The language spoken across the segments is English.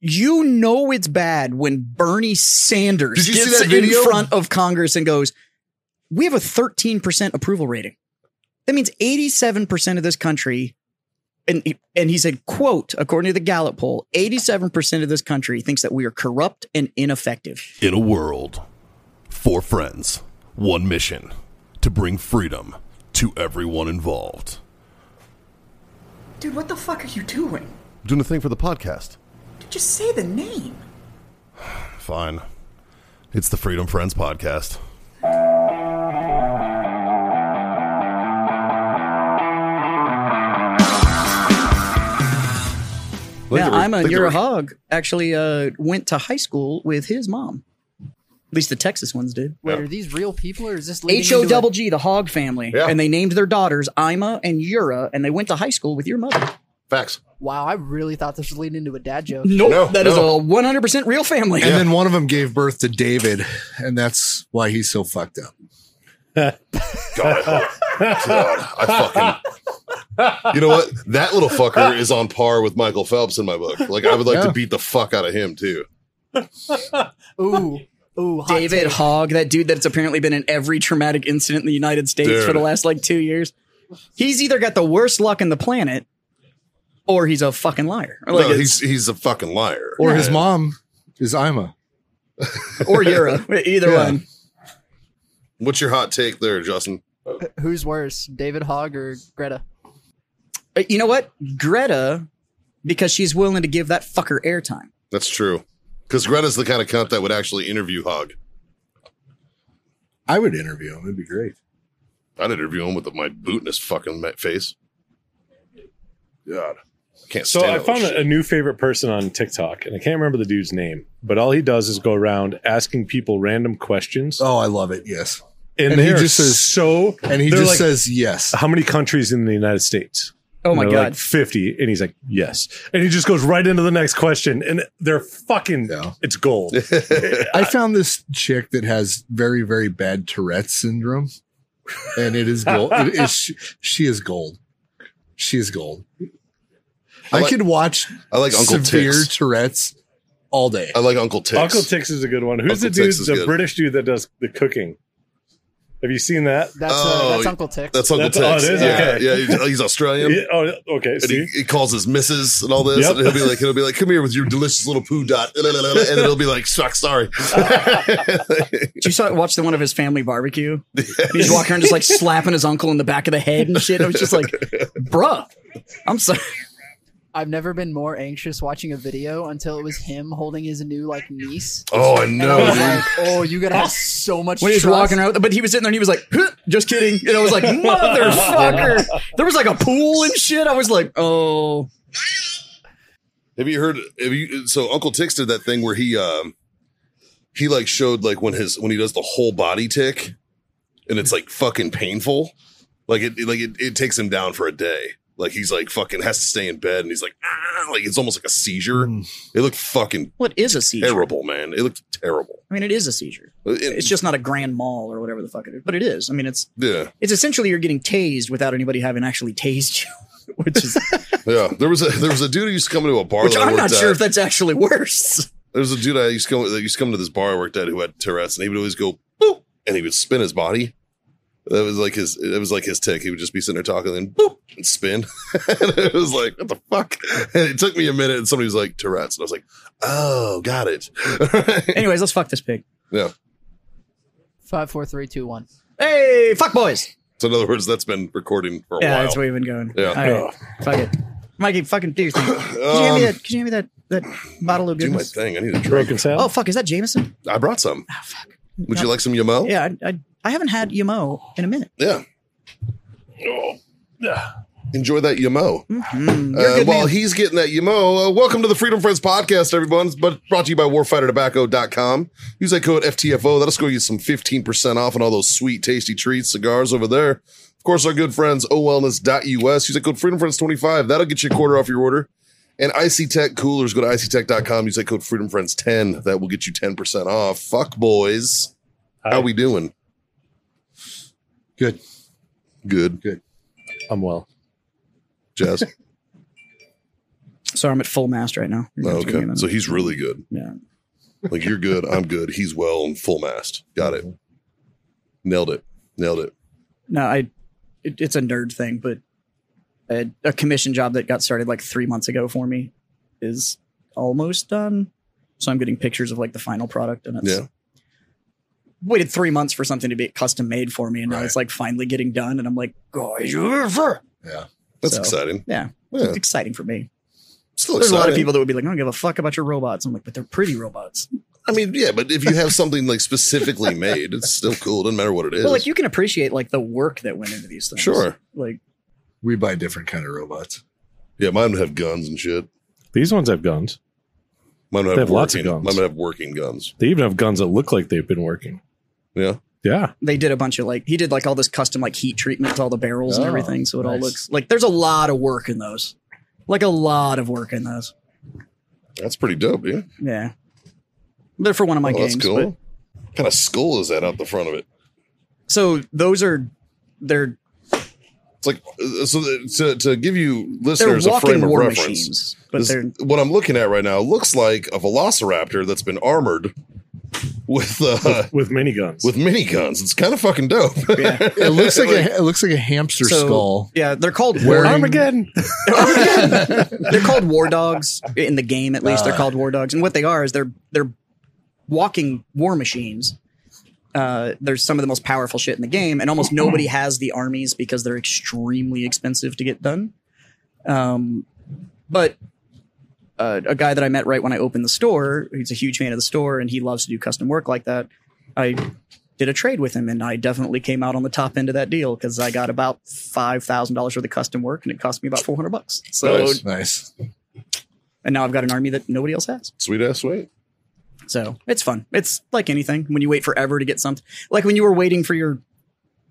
you know it's bad when Bernie Sanders Did you see gets that in video? front of Congress and goes, "We have a 13% approval rating." That means 87% of this country and he- and he said, "quote, according to the Gallup poll, 87% of this country thinks that we are corrupt and ineffective." In a world, four friends, one mission to bring freedom to everyone involved. Dude, what the fuck are you doing? Doing a thing for the podcast. Dude, just say the name. Fine. It's the Freedom Friends podcast. Yeah, I'm a think you're they a were- hog. Actually, uh, went to high school with his mom. At least the Texas ones did. Wait, are these real people or is this leading H into O a- double G, the hog family, Yeah. and they named their daughters Ima and Yura, and they went to high school with your mother. Facts. Wow, I really thought this was leading into a dad joke. No, Nope, that is no. a 100 percent real family. And then one of them gave birth to David, and that's why he's so fucked up. God, I, hope- God, I fucking. You know what? That little fucker is on par with Michael Phelps in my book. Like, I would like Yeah. to beat the fuck out of him, too. Ooh, ooh, hot David take. Hogg, that dude that's apparently been in every traumatic incident in the United States for Dude. the last like two years. He's either got the worst luck in the planet, or he's a fucking liar. Or, like no, it's- he's he's a fucking liar. Or his mom is Ima. or Yura, either Yeah. one. What's your hot take there, Justin? Who's worse, David Hogg or Greta? Uh, You know what, Greta, because she's willing to give that fucker airtime. That's true. Because Greta's the kind of cunt that would actually interview Hog. I would interview him. It'd be great. I'd interview him with my boot in his fucking ma- face. God, I can't. So stand I that found little a, a new favorite person on TikTok, and I can't remember the dude's name, but all he does is go around asking people random questions, Oh, I love it. Yes. and, and they he are just says- so. And he they're just like, says yes. "How many countries in the United States?" Oh And my they're god, like fifty, and he's like, "Yes," and he just goes right into the next question, and they're fucking. Yeah. It's gold. I found this chick that has very, very bad Tourette syndrome. And it is gold. It is, she, she is gold. She is gold. I, like- could watch shit. I like Uncle Uh, severe Tix. Tourette's all day. I like Uncle Tix. Uncle Tix is a good one. Who's Uncle the dude? Tix is The good. British dude that does the cooking. Have you seen that? That's Oh, uh, that's Uncle Tick. That's Uncle That's- oh, it Tix. is? yeah, Okay. yeah, he's- he's Australian. Yeah, oh, okay. And he, See, he calls his missus and all this, Yep. and he'll be like, he'll be like, "Come here with your delicious little poo dot," and then he'll be like, "Suck, sorry." Oh, Did you saw watch the one of his family barbecue? He's walking around just like slapping his uncle in the back of the head and shit. I was just like, bruh, I'm sorry. I've never been more anxious watching a video until it was him holding his new like niece. oh, I And I know. was dude. like, oh, you gotta have so much. When he was trust. walking around, but he was sitting there and he was like, "Huh, just kidding. And I was like, motherfucker. There was like a pool and shit. I was like, oh. Have you heard? Have you? So Uncle Tix did that thing where he, um, he like showed like when his when he does the whole body tick, and it's like fucking painful. Like it, like it, it takes him down for a day. Like he's like fucking has to stay in bed, and he's like, ah, like it's almost like a seizure. It looked fucking What is a Hmm. seizure? terrible, man. It looked terrible. I mean, it is a seizure. It- It's just not a grand mal or whatever the fuck it is. But it is. I mean, it's yeah, it's essentially you're getting tased without anybody having actually tased you, which is yeah. There was a there was a dude who used to come into a bar. which that I I'm not worked sure at. if that's actually worse. There was a dude I used to come that used to come to this bar I worked at who had Tourette's, and he would always go boop, and he would spin his body. That was like his. That was like his tick. He would just be sitting there talking, and boop, and spin. and it was like, what the fuck? And it took me a minute, and somebody was like Tourette's, and I was like, oh, got it. Anyways, let's fuck this pig. yeah. Five, four, three, two, one. Hey, fuck boys. So in other words, that's been recording for a Yeah, while. that's where we've been going. Yeah. Oh, Oh. All right. Fuck it. Mikey, fucking do your thing. Can you hand me Um, that? Can you hand me that that bottle of Do my goodness? thing. I need a drink. broken sound. Oh fuck, is that Jameson? I brought some. Oh fuck. Would you like some Yamo? Yeah, I, I, I haven't had Yamo in a minute. Yeah. Oh, Enjoy that Yamo. You're a Uh, good while man. he's getting that Yamo, uh, welcome to the Freedom Friends podcast, everyone. It's but brought to you by warfightertobacco.com. Use that code FTFO. That'll score you some 15% off on all those sweet, tasty treats, cigars over there. Of course, our good friends, owellness.us. Use that code Freedom Friends 25 That'll get you a quarter off your order. And IC Tech coolers, go to ictech.com. Use that code Freedom Friends 10 That will get you 10% off. Fuck, boys. How we doing? Good. Good. Good. I'm well. Jazz. Sorry, I'm at full mast right now. You're gonna have to give Okay. me a So minute. he's really good. yeah. Like you're good, I'm good, he's well and full mast. Got it. Nailed it. Nailed it. No, I. It, it's a nerd thing, but a, a commission job that got started like three months ago for me is almost done. So I'm getting pictures of like the final product, and it's Yeah. waited three months for something to be custom made for me, and now Right. it's like finally getting done, and I'm like, guys, Yeah. That's So- exciting. yeah, Yeah. it's exciting for me. Still There's exciting. a lot of people that would be like, I don't give a fuck about your robots. I'm like, but they're pretty robots. I mean, yeah, but if you have something like specifically made, it's still cool. It doesn't matter what it is. Well, like you can appreciate like the work that went into these things. sure. Like We buy different kind of robots. Yeah, mine would have guns and shit. These ones have guns. Mine would They have, have lots of working, guns. Mine would have working guns. They even have guns that look like they've been working. Yeah. Yeah. they did a bunch of like he did like all this custom like heat treatment to all the barrels Oh, and everything, so it all nice. looks like there's a lot of work in those. Like a lot of work in those. That's pretty dope, yeah. Yeah. They're for one of my Oh, games. that's cool. but- What kind of skull is that out the front of it? so those are they're It's like uh, so that- to, to give you they're listeners a walking frame of war reference. machines, but this- they're what I'm looking at right now looks like a velociraptor that's been armored with uh, With miniguns. with miniguns. It's kind of fucking dope. yeah. It looks like, a it looks like a hamster So- skull. yeah, they're called war, Wearing- Armageddon. they're called war dogs in the game at least. they're called war dogs, and what they are is they're they're walking war machines. Uh, they're some of the most powerful shit in the game, and almost nobody has the armies because they're extremely expensive to get done. Um, but uh, a guy that I met right when I opened the store, he's a huge fan of the store, and he loves to do custom work like that. I did a trade with him, and I definitely came out on the top end of that deal because I got about five thousand dollars worth of custom work, and it cost me about four hundred bucks. So Nice. Nice. and now I've got an army that nobody else has. Sweet ass wait. So it's fun. It's like anything when you wait forever to get something, like when you were waiting for your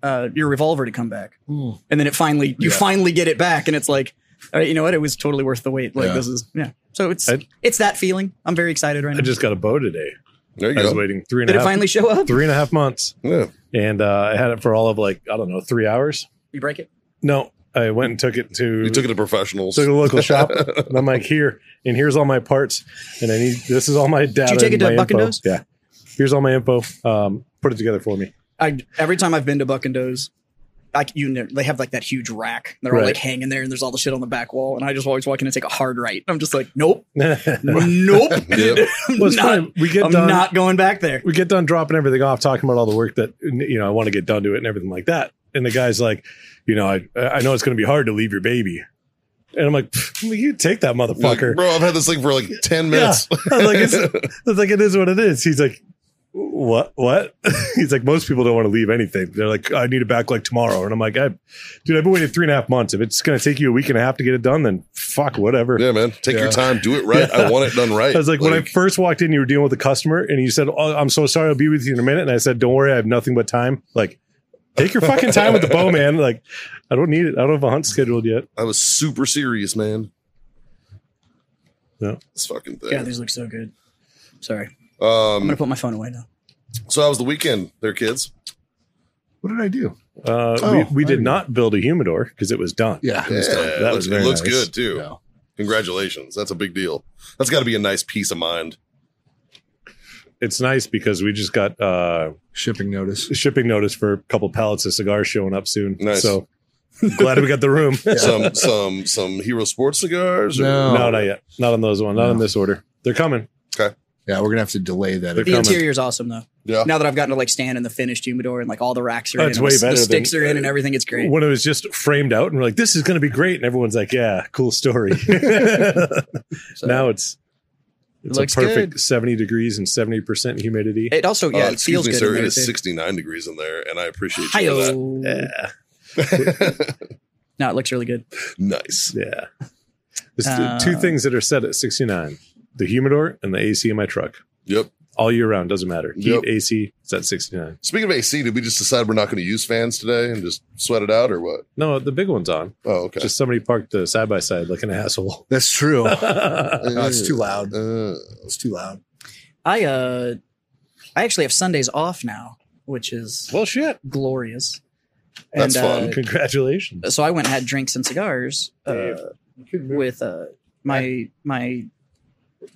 uh, your revolver to come back, Hmm. Mm. and then it finally you Yeah. finally get it back, and it's like, all right, you know what? It was totally worth the wait. Like Yeah. this is yeah. So it's I- it's that feeling. I'm very excited right I now. just got a bow today. There you I was go. waiting three and Did a it half finally show up? three and a half months. Yeah. And uh, I had it for all of like, I don't know, three hours. You break it. No, I went and took it to You took it to professionals. took it to the local shop. And I'm like, here, and here's all my parts. And I need this is all my data. take and it to my Buck and info. Doe's? Yeah. Here's all my info. Um, put it together for me. I every time I've been to Buck and Doe's, like you know, they have like that huge rack. They're all Right. like hanging there, and there's all the shit on the back wall. And I just always walk in and take a hard right. I'm just like, nope, well, nope. I'm Yep. it's not- fine. We get I'm done. not going back there. we get done dropping everything off, talking about all the work that you know I want to get done to it and everything like that. And the guy's like, you know, I I know it's going to be hard to leave your baby. And I'm like, "Pfft, you take that You're like, motherfucker. Bro, I've had this thing for like 10 minutes. I was like, it's, I was like, it is what it is. He's like, what? What? He's like, most people don't want to leave anything. They're like, I need it back like tomorrow. And I'm like, I, dude, I've been waiting three and a half months. If it's going to take you a week and a half to get it done, then fuck, whatever. Yeah, man. Take your Yeah. time. Do it right. I Yeah. want it done right. I was like, when I first walked in, you were dealing with a customer and you said, oh, I'm so sorry. I'll be with you in a minute. And I said, don't worry. I have nothing but time. Like, take your fucking time with the bow, man. Like, I don't need it. I don't have a hunt scheduled yet. I was super serious, man. Yeah. This fucking thing. Yeah, these look so good. Sorry. I'm um, gonna put my phone away now. so how was the weekend there, kids? What did I do? Uh, Oh, we, we there you did go. not build a humidor because it was done. Yeah. it Yeah, was done. it That looks, was it very looks nice. good too. No. Congratulations. That's a big deal. That's got to be a nice peace of mind. It's nice because we just got, uh, Shipping notice. shipping notice for a couple pallets of cigars showing up soon. Nice. So glad we got the room. Some some some hero sports cigars. or- No. No, not yet. Not on those one. Not on No. this order. They're coming. Yeah, we're gonna have to delay that. They're The coming. interior's awesome though. Yeah. Now that I've gotten to like stand in the finished humidor and like all the racks are Oh, in, it's and way the, better the sticks than- are in, and everything. It's great. When it was just framed out and we're like, this is going to be great. And everyone's like, yeah, cool story. So- uh, now it's, it's Looks a perfect good. 70 degrees and 70% humidity. It also Uh, yeah, it excuse feels me, good. sir. in there, It is too. 69 degrees in there, and I appreciate you for that. Hi-yo. yeah. No, it looks really good. nice. Yeah. There's th- two Uh, things that are set at 69 the humidor and the AC in my truck. Yep. All year round, doesn't matter. Heat, Yep. AC, it's at 69. Speaking of AC, did we just decide we're not going to use fans today and just sweat it out, or what? No, the big one's on. Oh, okay. Just somebody parked the side by side like an asshole. That's true. Oh. I No, it's too loud. Uh, It's too loud. I uh, I actually have Sundays off now, which is Well, shit. glorious. That's uh, fun. Congratulations. so I went and had drinks and cigars uh, Dave. with uh, my my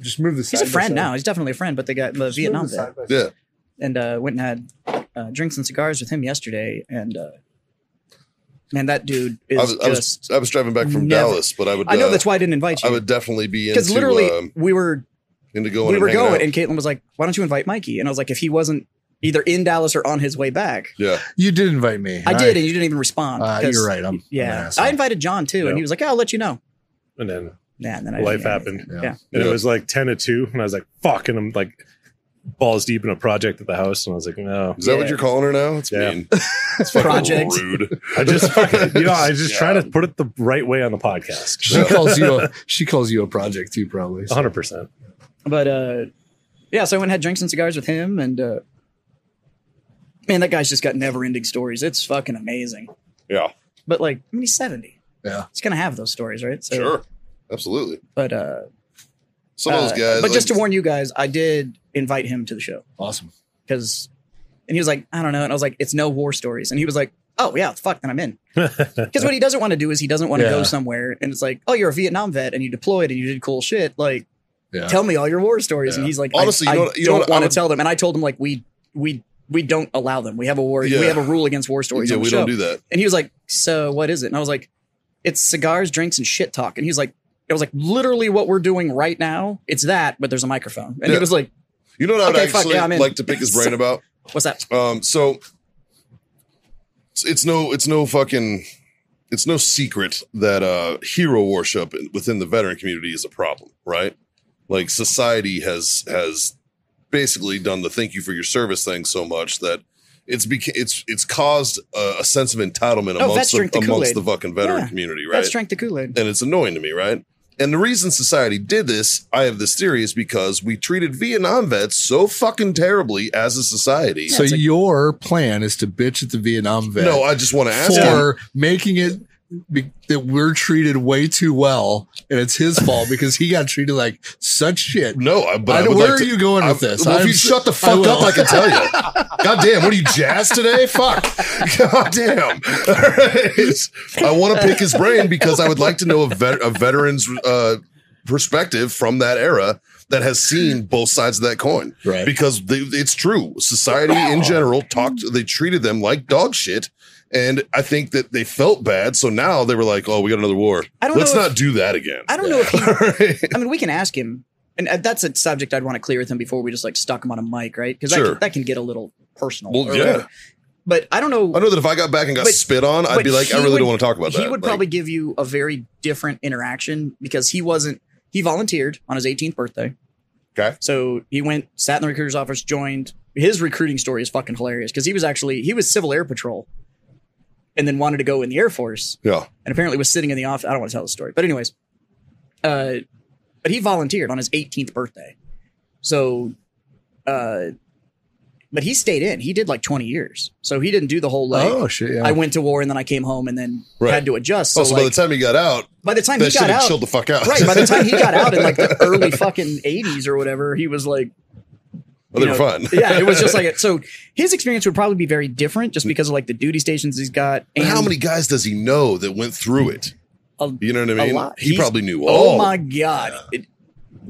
Just move the. he's a side by friend side. now. He's definitely a friend, but they got the Just move Vietnam the vet side by side. Yeah. and uh, went and had uh, drinks and cigars with him yesterday. And uh, man, that dude is I was, I just. was I was driving back from never- Dallas, but I would. I know uh, that's why I didn't invite I you would definitely be because into literally um, we were into going. we and were hanging going, out. and Caitlin was like, "Why don't you invite Mikey?" And I was like, "If he wasn't either in Dallas or on his way back, yeah, You did invite me. I and did, and you didn't even respond." Uh, 'cause- you're right. I'm. I'm an Yeah, asshole. I invited John too, Yeah. and he was like, "I'll let you know." And then Yeah, and then I life yeah, happened. Yeah. Yeah. And Yeah. it was like 10 to 2. And I was like, fuck. And I'm like balls deep in a project at the house. And I was like, no. is that Yeah. what you're calling her now? It's Yeah. mean. It's fucking Project. rude. I just fucking, you know, I just Yeah. try to put it the right way on the podcast. She calls you. A, she calls you a project too, probably. Uh-huh. so. 100%. But uh, yeah, so I went and had drinks and cigars with him, and uh, man, that guy's just got never-ending stories. It's fucking amazing. Yeah, But like, I mean, he's seventy. Yeah. he's gonna have those stories, right? So, sure, absolutely. But uh, Some of those uh, guys, But just to like- warn you guys, I did invite him to the show Awesome. because, and he was like, I don't know, and I was like, it's no war stories, and he was like. Oh yeah, fuck! Then I'm in. Because what he doesn't want to do is he doesn't want to Yeah. go somewhere, and it's like, oh, you're a Vietnam vet, and you deployed, and you did cool shit. Like, Yeah. tell me all your war stories. Yeah. And he's like, Honestly, I, you know I what- you know don't what I want to would- tell them. And I told him like, we, we, we don't allow them. We have a war. Yeah. We have a rule against war stories. yeah, on the we show. don't do that. And he was like, so what is it? And I was like, it's cigars, drinks, and shit talk. And he's like, it was like literally what we're doing right now. It's that, but there's a microphone. And Yeah. he was like, You know what I'd Okay, fuck, actually yeah, I'm in. like to pick his brain about? what's that? Um, so it's, it's no, it's no fucking, it's no secret that uh, hero worship within the veteran community is a problem, right? Like society has has basically done the thank you for your service thing so much that it's beca- it's it's caused a, a sense of entitlement Oh, vets amongst drink the, the amongst Kool-Aid. the fucking veteran Yeah, community, right? That's drink the Kool Aid. and it's annoying to me, right? And the reason society did this, I have this theory, is because we treated Vietnam vets so fucking terribly as a society. So your plan is to bitch at the Vietnam vet no, I just want to ask him. for making it be, that we're treated way too well, and it's his fault because he got treated like such shit. No, I, but I I know- would where like are to- you going with I- this? Well, if I'm you s- shut the I fuck up, will. I can tell you. God damn, what are you jazzed today? Fuck. God damn. All right. I want to pick his brain because I would like to know a, vet, a veteran's uh, perspective from that era that has seen both sides of that coin. Right. Oh. Because they, it's true. Society in general talked, they treated them like dog shit. And I think that they felt bad. So now they were like, oh, we got another war. I don't Let's know not if- do that again. I don't know if he, All right. I mean, we can ask him. And uh, that's a subject I'd want to clear with him before we just like stuck him on a mic, right? Because that, Sure. can- that can get a little personal. Well, or yeah. whatever. But I don't know. I know that if I got back and got But- spit on, I'd but be like, he I really would- don't want to talk about that. He would Like, probably give you a very different interaction because he wasn't. He volunteered on his 18th birthday. Okay. So he went, sat in the recruiter's office, joined. His recruiting story is fucking hilarious because he was actually he was Civil Air Patrol, and then wanted to go in the Air Force, yeah, and apparently was sitting in the office. I don't want to tell the story, but anyways, uh, but he volunteered on his 18th birthday. So, uh, but he stayed in. He did like 20 years, so he didn't do the whole like oh shit! Yeah. I went to war and then I came home and then Right. had to adjust. So, Also, by the like, time he got out, by the time that he shit got had out, chilled the fuck out. right? By the time he got out in like the early fucking eighties or whatever, he was like, Well, they you were know, fun. yeah, it was just like so. His experience would probably be very different just because of like the duty stations he's got. But And how many guys does he know that went through it? A- you know what I a mean? lot. He He's- probably knew all. Oh my god! It-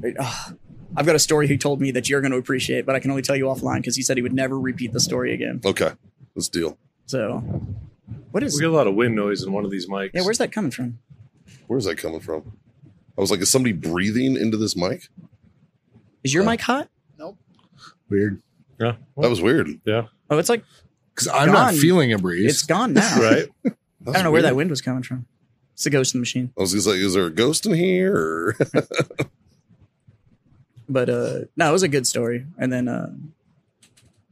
it- ugh. I've got a story he told me that you're going to appreciate, but I can only tell you offline because he said he would never repeat the story again. Okay, let's deal. So, what We is? get a lot of wind noise in one of these mics. Yeah, where's that coming from? Where's that coming from? I was like, is somebody breathing into this mic? Is your Uh, mic hot? Weird Yeah. That was weird. Oh, it's like because I'm not Gone. feeling a breeze. it's gone now. right. I don't know where that went was coming from. It's the ghost in the machine. I was just like, is there a ghost in here? Or But uh no, it was a good story. And then uh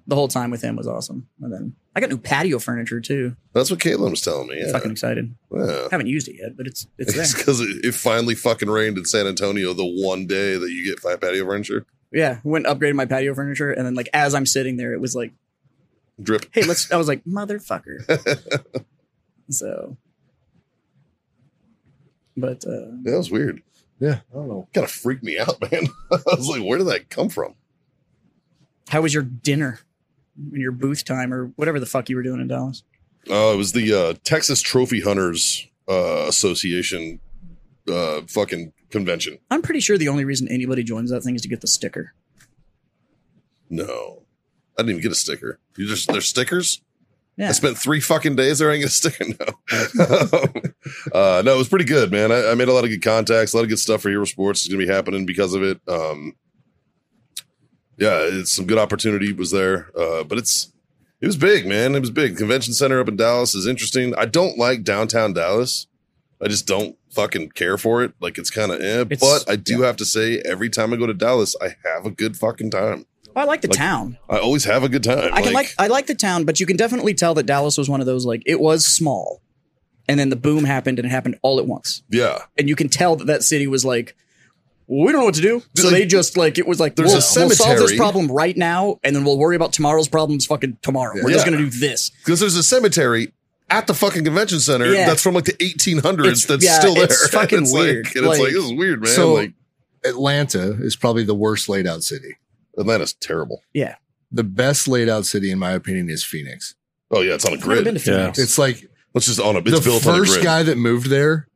the whole time with him was awesome. And then I got new patio furniture too. That's what Caitlin was telling me. I'm Yeah. Fucking excited. yeah. haven't used it yet, but it's it's It's there. because it, it finally fucking rained in San Antonio the one day that you get flat patio furniture. yeah. Went and upgraded my patio furniture and then like as I'm sitting there, it was like, Drip. Hey, let's I was like, motherfucker. so but uh That was weird. yeah, I don't know. Kind of freaked me out, man. I was like, where did that come from? how was your dinner? and Your booth time or whatever the fuck you were doing in Dallas. Oh, it was the uh, Texas Trophy Hunters uh, Association uh, fucking convention. I'm pretty sure the only reason anybody joins that thing is to get the sticker. No, I didn't even get a sticker. You just they're stickers. Yeah. I spent three fucking days there. I didn't get a sticker. No, uh, no, it was pretty good, man. I, I made a lot of good contacts, a lot of good stuff for Hero Sports is going to be happening because of it. Um, yeah, it's some good opportunity was there, uh, but it's it was big, man. It was big. Convention center up in Dallas is interesting. I don't like downtown Dallas. I just don't fucking care for it. Like it's kind of eh. It's- But I do have to say, every time I go to Dallas, I have a good fucking time. Oh, I like the Like, town. I always have a good time. I can like I like the town, but you can definitely tell that Dallas was one of those like it was small, and then the boom happened and it happened all at once, yeah. and you can tell that that city was like. "Well, We don't know what to do, so Like, they just like it was like there's a we'll, we'll solve this cemetery. problem right now, and then we'll worry about tomorrow's problems fucking tomorrow. We're just Yeah. gonna do this. because there's a cemetery at the fucking convention center Yeah. that's from like the 1800s It's- that's yeah, still there. it's fucking It's like- weird. and it's like Like- this is weird, man. So- like Atlanta is probably the worst laid out city. Atlanta's terrible. The best laid out city, in my opinion, is Phoenix. Oh yeah, it's on a I've never been grid. to Phoenix. It's like It's just on a. It's the built on a first grid. guy that moved there,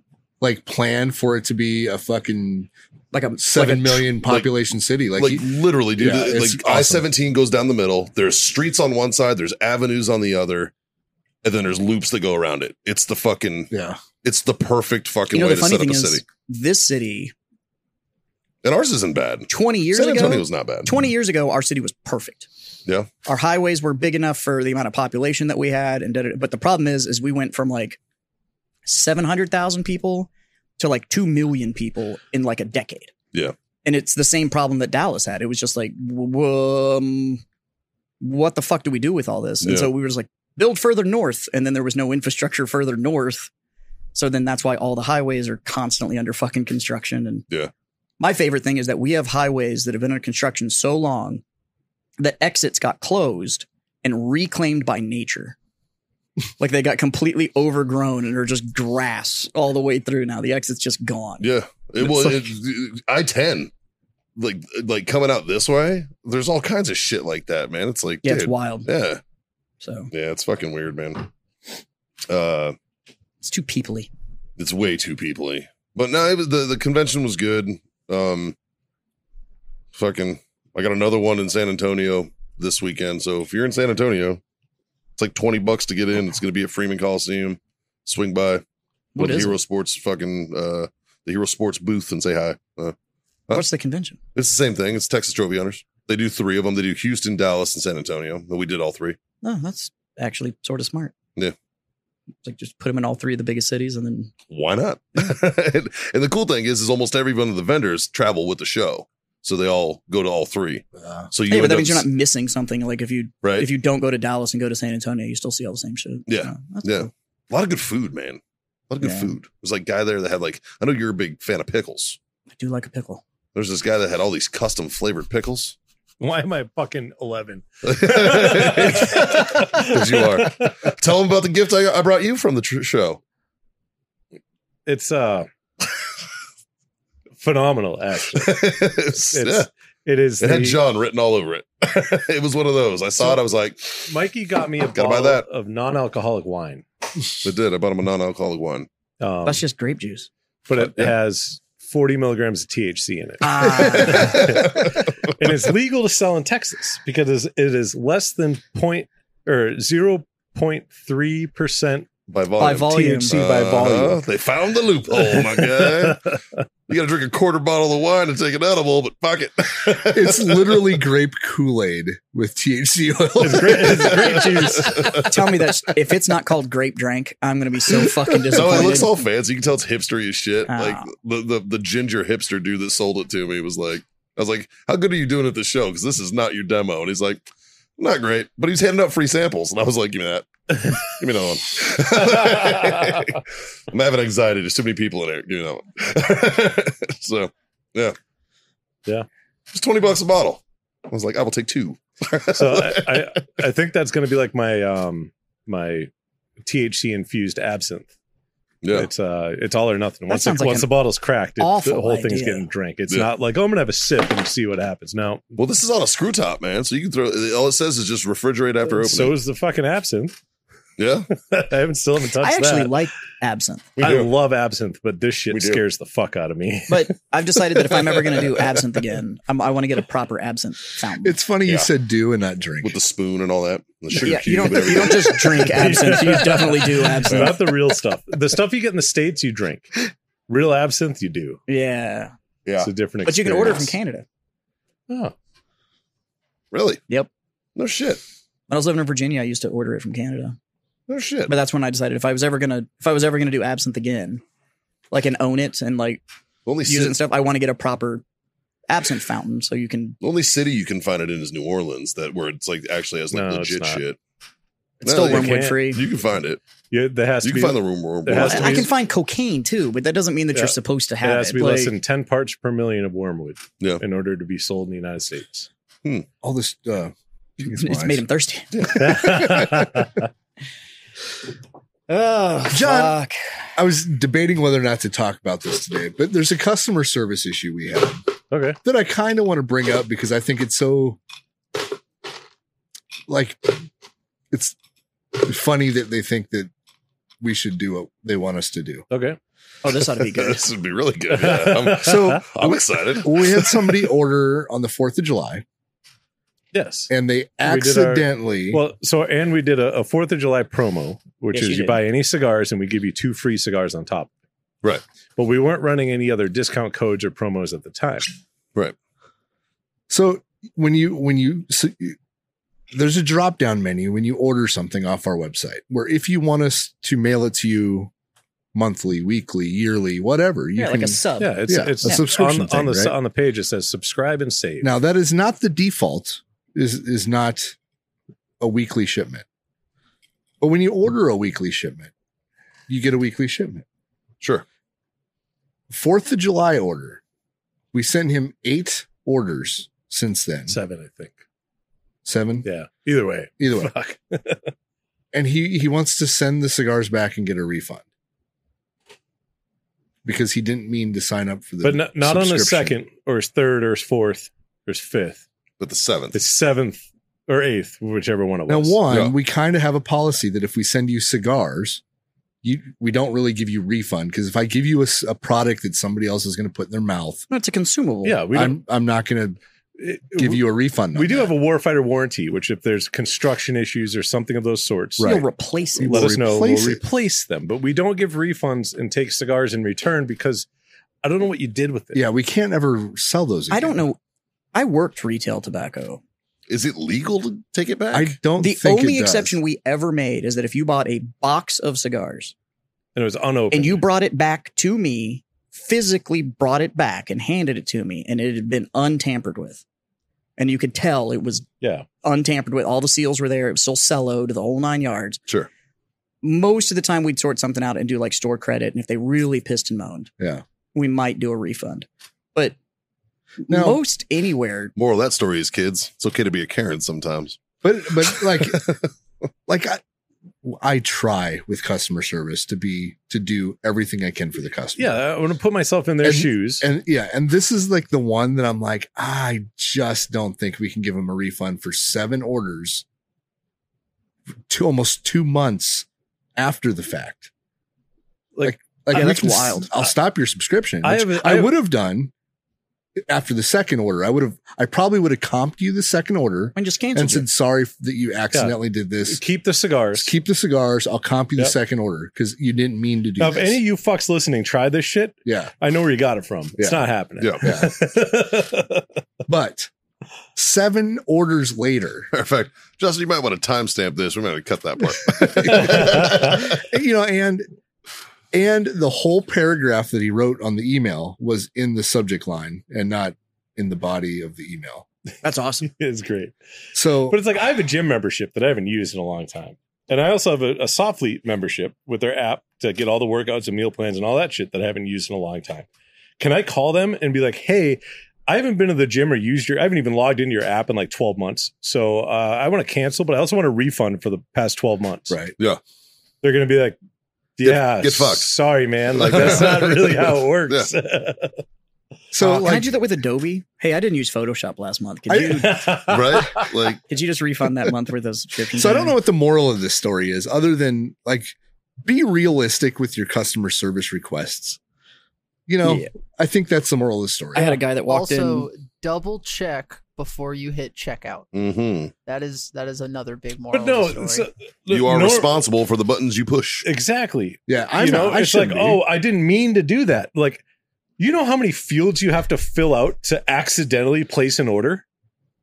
like planned for it to be a fucking like a seven like a- million population city. Like, like he- literally, dude. Yeah, the- it's like awesome. I seventeen goes down the middle. There's streets on one side. There's avenues on the other, and then there's loops that go around it. It's the fucking. yeah, It's the perfect fucking You know way the to funny set up thing a is city. this city And ours isn't bad. twenty years San ago Antonio's not bad. 20 years ago, our city was perfect. Yeah. Our highways were big enough for the amount of population that we had. And da- da- but the problem is, is we went from like 700,000 people to like 2 million people in like a decade. Yeah. And it's the same problem that Dallas had. It was just like, w- w- um, what the fuck do we do with all this? And Yeah. so we were just like, build further north. And then there was no infrastructure further north. So then that's why all the highways are constantly under fucking construction. And Yeah. my favorite thing is that we have highways that have been under construction so long that exits got closed and reclaimed by nature. like they got completely overgrown and are just grass all the way through now. The exit's just gone. Yeah. It, It's well, like- it, I ten, like like coming out this way. There's all kinds of shit like that, man. It's like Yeah, dude, it's wild. yeah, So yeah, it's fucking weird, man. Uh, it's too peoply. it's way too peoply. But no, it was, the the convention was good. Um, fucking, I got another one in San Antonio this weekend. So if you're in San Antonio, it's like twenty bucks to get in. It's gonna be at Freeman Coliseum. Swing by. What Go to is Hero it? Sports? Fucking uh, the Hero Sports booth and say hi. Uh, Huh? What's the convention? It's the same thing. It's Texas Trophy Hunters. They do three of them. They do Houston, Dallas, and San Antonio. And we did all three. No, that's actually sort of smart. Yeah. It's like just put them in all three of the biggest cities and then Why not? Hmm. and, and the cool thing is, is almost every one of the vendors travel with the show, so they all go to all three. uh, So you, Hey, but end that up means you're s- not missing something. Like if you right. if you don't go to Dallas and go to San Antonio, you still see all the same shit. Yeah. No, that's Yeah. cool. a lot of good food, man. A lot of good Yeah. food. There was like a guy there that had like I know you're a big fan of pickles. I do like a pickle. There's this guy that had all these custom flavored pickles. Why am I fucking 11? Because you are. Tell him about the gift I, I brought you from the tr- show. It's uh phenomenal actually. It's- It's yeah. it is It had the- John written all over it. it was one of those. I saw it. I was like, Mikey got me a Gotta buy bottle that. of non-alcoholic wine. it did. I bought him a non-alcoholic one. Um, That's just grape juice. but it yeah. has 40 milligrams of THC in it. Ah, and it's legal to sell in Texas because it's- it is less than point or 0.3 percent by volume. by volume. THC by Uh-huh. volume. They found the loophole, my guy. you got to drink a quarter bottle of wine to take an edible, but fuck it. it's literally grape Kool Aid with THC It's oil. great, it's great juice. Tell me that if it's not called grape drink, I'm going to be so fucking No, disappointed. it looks all fancy. You can tell it's hipstery as shit. Oh. Like the, the the ginger hipster dude that sold it to me was like, I was like, how good are you doing at the show? Because this is not your demo. And he's like, not great. But he's handing out free samples, and I was like, give me that. Give me another one. I'm having anxiety. There's too many people in here. Give me that one. so, yeah, Yeah. It's twenty bucks a bottle. I was like, I will take two. so I, I I think that's going to be like my um my THC infused absinthe. Yeah, It's uh it's all or nothing. That Once the, sounds like once an the bottle's cracked, it, the awful whole thing's idea. getting drank. It's Yeah. not like oh, I'm gonna have a sip and see what happens. No, Well, this is on a screw top, man. So you can throw. All it says is just refrigerate after opening. so is the fucking absinthe. Yeah. I haven't still haven't touched I actually that. like absinthe, We I do. love absinthe, but this We shit do. scares the fuck out of me. but I've decided that if I'm ever going to do absinthe again, I'm, I want to get a proper absinthe fountain. It's funny Yeah. you said do and not drink. With the spoon and all that. And the sugar yeah, you cube don't and you everything. don't just drink absinthe. You definitely do absinthe. Not the real stuff. The stuff you get in the states, you drink. Real absinthe, you do. Yeah, yeah. It's a different. but you can order it from experience. Canada. Oh, Really? Yep. No shit. When I was living in Virginia, I used to order it from Canada. No shit. But that's when I decided if I was ever gonna if I was ever gonna do absinthe again, like and own it and like only use it and city, stuff, I want to get a proper absinthe fountain so you can. only city you can find it in is New Orleans, that where it's like actually has like No, it's legit not. shit. It's No, still you wormwood can't. free. You can find it. yeah. That has You to be. can find the room where It has I to I be- can find cocaine too, but that doesn't mean that Yeah. you're supposed to it have it. has to be Like, less than ten parts per million of wormwood. Yeah. In order to be sold in the United States. all this uh it's made him thirsty. Oh, John. I was debating whether or not to talk about this today, but there's a customer service issue we had okay. that I kind of want to bring up because I think it's so like it's funny that they think that we should do what they want us to do. Okay. Oh, this ought to be good. this would be really good. Yeah, I'm, So I'm excited. we had somebody order on the 4th of July yes. and they our- accidentally Well, so and we did a Fourth of July promo, which Yes, is you you, did. buy any cigars and we give you two free cigars on top. Right. But we weren't running any other discount codes or promos at the time. So when you when you so you- there's a drop down menu when you order something off our website where if you want us to mail it to you monthly, weekly, yearly, whatever, you Yeah, like can. a sub. Yeah, it's Yeah, it's a subscription on, on thing, the right? on the page. It says subscribe and save. now that is not the default. Is is not a weekly shipment. But when you order a weekly shipment, you get a weekly shipment. Sure. Fourth of July order. We sent him eight orders since then. Seven, I think. Seven. Yeah. Either way. Either way. Fuck. and he he wants to send the cigars back and get a refund because he didn't mean to sign up for the But not, not on his subscription. second or his third or his fourth or his fifth. But the seventh. His seventh or eighth, whichever one it Now, was. one, Yeah. we kind of have a policy that if we send you cigars, you we don't really give you refund because if I give you a, s- a product that somebody else is going to put in their mouth, No, it's a consumable. Yeah, Uh, we don't I'm I'm not going to it- give you a refund. on We do that. have a warfighter warranty, which if there's construction issues or something of those sorts, Right. You'll replace it. let us know. replace We'll it. replace them, but we don't give refunds and take cigars in return because I don't know what you did with it. yeah, we can't ever sell those. I again. don't know. I worked retail tobacco. Is it legal to take it back? I don't. The think only it does. exception we ever made is that if you bought a box of cigars and it was unopened. and you brought it back to me, physically brought it back and handed it to me, and it had been untampered with, and you could tell it was yeah, untampered with, all the seals were there, it was still cello to the whole nine yards. sure. Most of the time, we'd sort something out and do like store credit, and if they really pissed and moaned, Yeah. we might do a refund. But Now- most anywhere, Moral of that story is kids. It's okay to be a Karen sometimes. but but like like I I try with customer service to be to do everything I can for the customer. yeah. I want to put myself in their And- shoes. And yeah, and this is like the one that I'm like, I just don't think we can give him a refund for seven orders to almost two months after the fact. Like- like Yeah, we that's can s- wild. I'll stop your subscription. I which have a- I I, have- would have done after the second order. I would have I probably would have comped you the second order I just and canceled it. said sorry that you accidentally did this. Keep the cigars. Keep the cigars. I'll comp you Yep. the second order because you didn't mean to do now, if this. any of you fucks listening try this shit, yeah, I know where you got it from. It's Yeah. not happening. Yeah. yeah. But seven orders later, Matter of fact, Justin, you might want to timestamp this. We might have to cut that part. you know, and and the whole paragraph that he wrote on the email was in the subject line and not in the body of the email. That's awesome. it's great. So But it's like I have a gym membership that I haven't used in a long time. And I also have a, a Softleet membership with their app to get all the workouts and meal plans and all that shit that I haven't used in a long time. Can I call them and be like, hey, I haven't been to the gym or used your, I haven't even logged into your app in like 12 months. So uh, I want to cancel, but I also want a refund for the past 12 months. right, They're going to be like, yeah, get fucked. Sorry, man. Like, that's not really how it works. So Uh, can I like, do that with Adobe? Hey, I didn't use Photoshop last month. Could you right? Like, could you just refund that month worth of subscription? so I don't know what the moral of this story is, other than like, be realistic with your customer service requests. You know, Yeah. I think that's the moral of the story. I had a guy that walked also, in. double check before you hit checkout. mhm. That is that is another big moral. but of no, the so, story. look, you are nor- responsible for the buttons you push. Exactly. yeah, I'm you know, not, I it's like, shouldn't be. oh, I didn't mean to do that. Like, you know how many fields you have to fill out to accidentally place an order?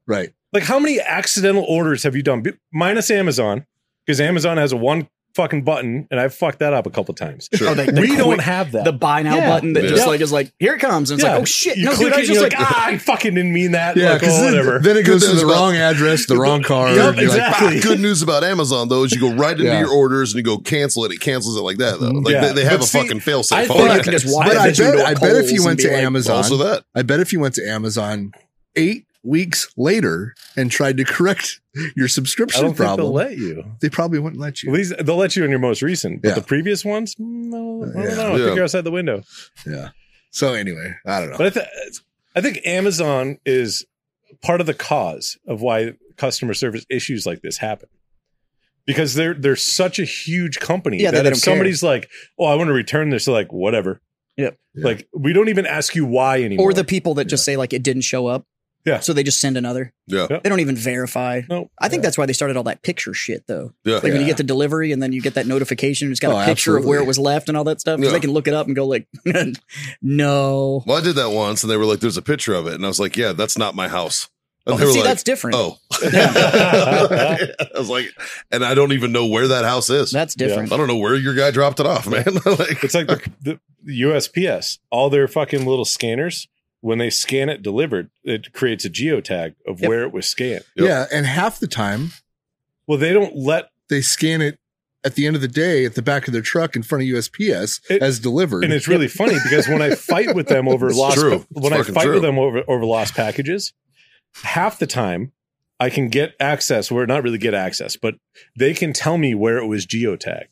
right, Like, how many accidental orders have you done? B- Minus Amazon, because Amazon has a one fucking button, and I've fucked that up a couple times. Sure. Oh, they, we the, don't quick- have that. the buy now Yeah. button that Yeah. just like is like here it comes and it's Yeah. like oh shit You no click dude I it, was you're just like, like, ah ah, I fucking didn't mean that. yeah, like, 'cause oh, then, whatever. then it goes to Goodness, the but- wrong address, the wrong card. Yup, You're like, exactly. "Ah, Good news about Amazon though is you go right into Yeah. your orders and you go cancel it. It cancels it like that though. Like Yeah. they, they have But a see, fucking fail safe. I Or you can just walk But in I the door bet, to a I bet if Kohl's you and went be to like, Amazon, Also that. I bet if you went to Amazon eight weeks later and tried to correct your I subscription don't think they'll problem, let you. they probably wouldn't let At you. least they'll let you in your most recent, but Yeah. the previous ones, mm, I don't, I don't Yeah. know. Yeah. I think you're outside the window. Yeah. So anyway, I don't know. But I, th- I think Amazon is part of the cause of why customer service issues like this happen. Because they're they're such a huge company Yeah, they- that they if don't care. somebody's like, "Oh, I want to return this," they're like, "Whatever." Yep. Yeah. Like we don't even ask you why anymore. or the people that just say like it didn't show up Yeah. so they just send another Yeah. Yeah. they don't even verify no. I think that's why they started all that picture shit though Yeah. like when you Yeah. get the delivery and then you get that notification it's got Oh, a picture of where absolutely. it was left and all that stuff 'cause Yeah. they can look it up and go like no Well, I did that once, and they were like, "There's a picture of it," and I was like, "Yeah, that's not my house." And they see were like, that's different "Oh." I was like, and I don't even know where that house is. that's I different don't know where your guy dropped it off, man. like, It's like the, the USPS, all their fucking little scanners. When they scan it delivered, it creates a geotag of Yep. where it was scanned. Yep. Yeah, and half the time Well, they don't let they scan it at the end of the day at the back of their truck in front of USPS It- as delivered. And it's really funny because when I fight with them over It's lost true. pa- It's when I fucking fight true. with them over over lost packages, half the time I can get access where not really get access, but they can tell me where it was geotagged.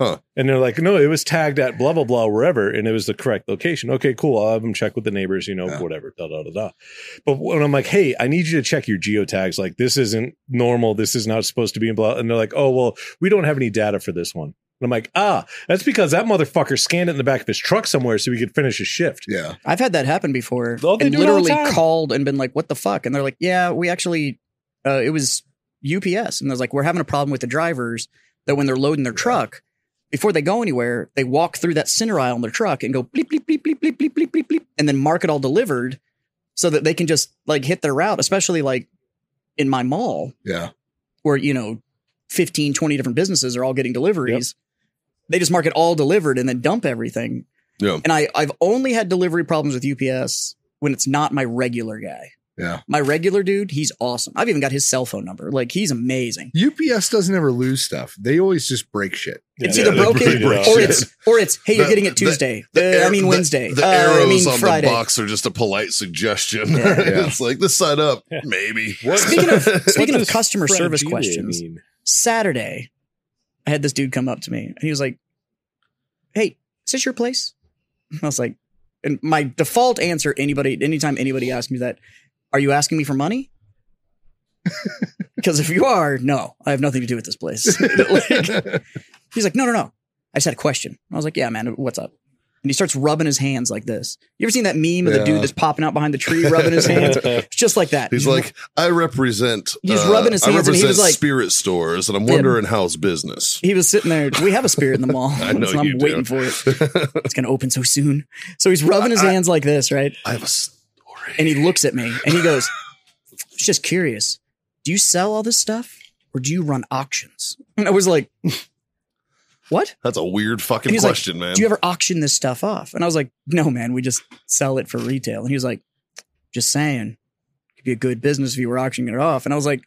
Huh. And they're like, no, it was tagged at blah blah blah wherever, and it was the correct location. Okay, cool. I'll have them check with the neighbors, you know, Yeah. whatever. Da da da da. But when I'm like, hey, I need you to check your geotags. Like this isn't normal. This is not supposed to be. in Blah. And they're like, oh well, we don't have any data for this one. And I'm like, ah, that's because that motherfucker scanned it in the back of his truck somewhere so he could finish his shift. yeah. I've had that happen before Oh, they and do it all the literally time. called and been like, what the fuck? And they're like, yeah, we actually, uh, it was UPS. And I was like, we're having a problem with the drivers that when they're loading their truck, before they go anywhere, they walk through that center aisle in their truck and go bleep, bleep, bleep, bleep, bleep, bleep, bleep, bleep, bleep, and then mark it all delivered so that they can just like hit their route, especially like in my mall Yeah. where, you know, 15, 20 different businesses are all getting deliveries. They just mark it all delivered and then dump everything. yeah, And I, I've only had delivery problems with UPS when it's not my regular guy. Yeah. My regular dude, he's awesome. I've even got his cell phone number. Like he's amazing. UPS doesn't ever lose stuff. They always just break shit. It's Yeah, either they broken break it up. or it's or it's hey, you're The- getting it the- Tuesday. the Uh, air- I mean the- Wednesday. The Uh, arrows I mean on Friday. the box are just a polite suggestion. Yeah. Yeah. it's like this side up, Yeah. maybe. What- Speaking of speaking What of does customer Fred service Julia questions, mean? Saturday, I had this dude come up to me and he was like, Hey, is this your place? And I was like, and my default answer, anybody, anytime anybody asks me that, are you asking me for money? Because if you are, no, I have nothing to do with this place. Like, he's like, no, no, no. I just had a question. I was like, yeah, man, what's up? And he starts rubbing his hands like this. You ever seen that meme of the Yeah. dude that's popping out behind the tree rubbing his hands? It's just like that. He's like, I represent. uh, He's rubbing his I hands and he represent was like- spirit stores, and I'm Yeah. wondering how's business. he was sitting there. We have a spirit in the mall. I know so I'm you do. waiting for it. It's going to open so soon. So he's rubbing his hands like this, right? I have a story. And he looks at me and he goes, "It's just curious. Do you sell all this stuff or do you run auctions?" And I was like, "What? That's a weird And fucking he's like, question, man. Do you ever auction this stuff off?" And I was like, "No, man. We just sell it for retail." And he was like, "Just saying, could be a good business if you were auctioning it off." And I was like,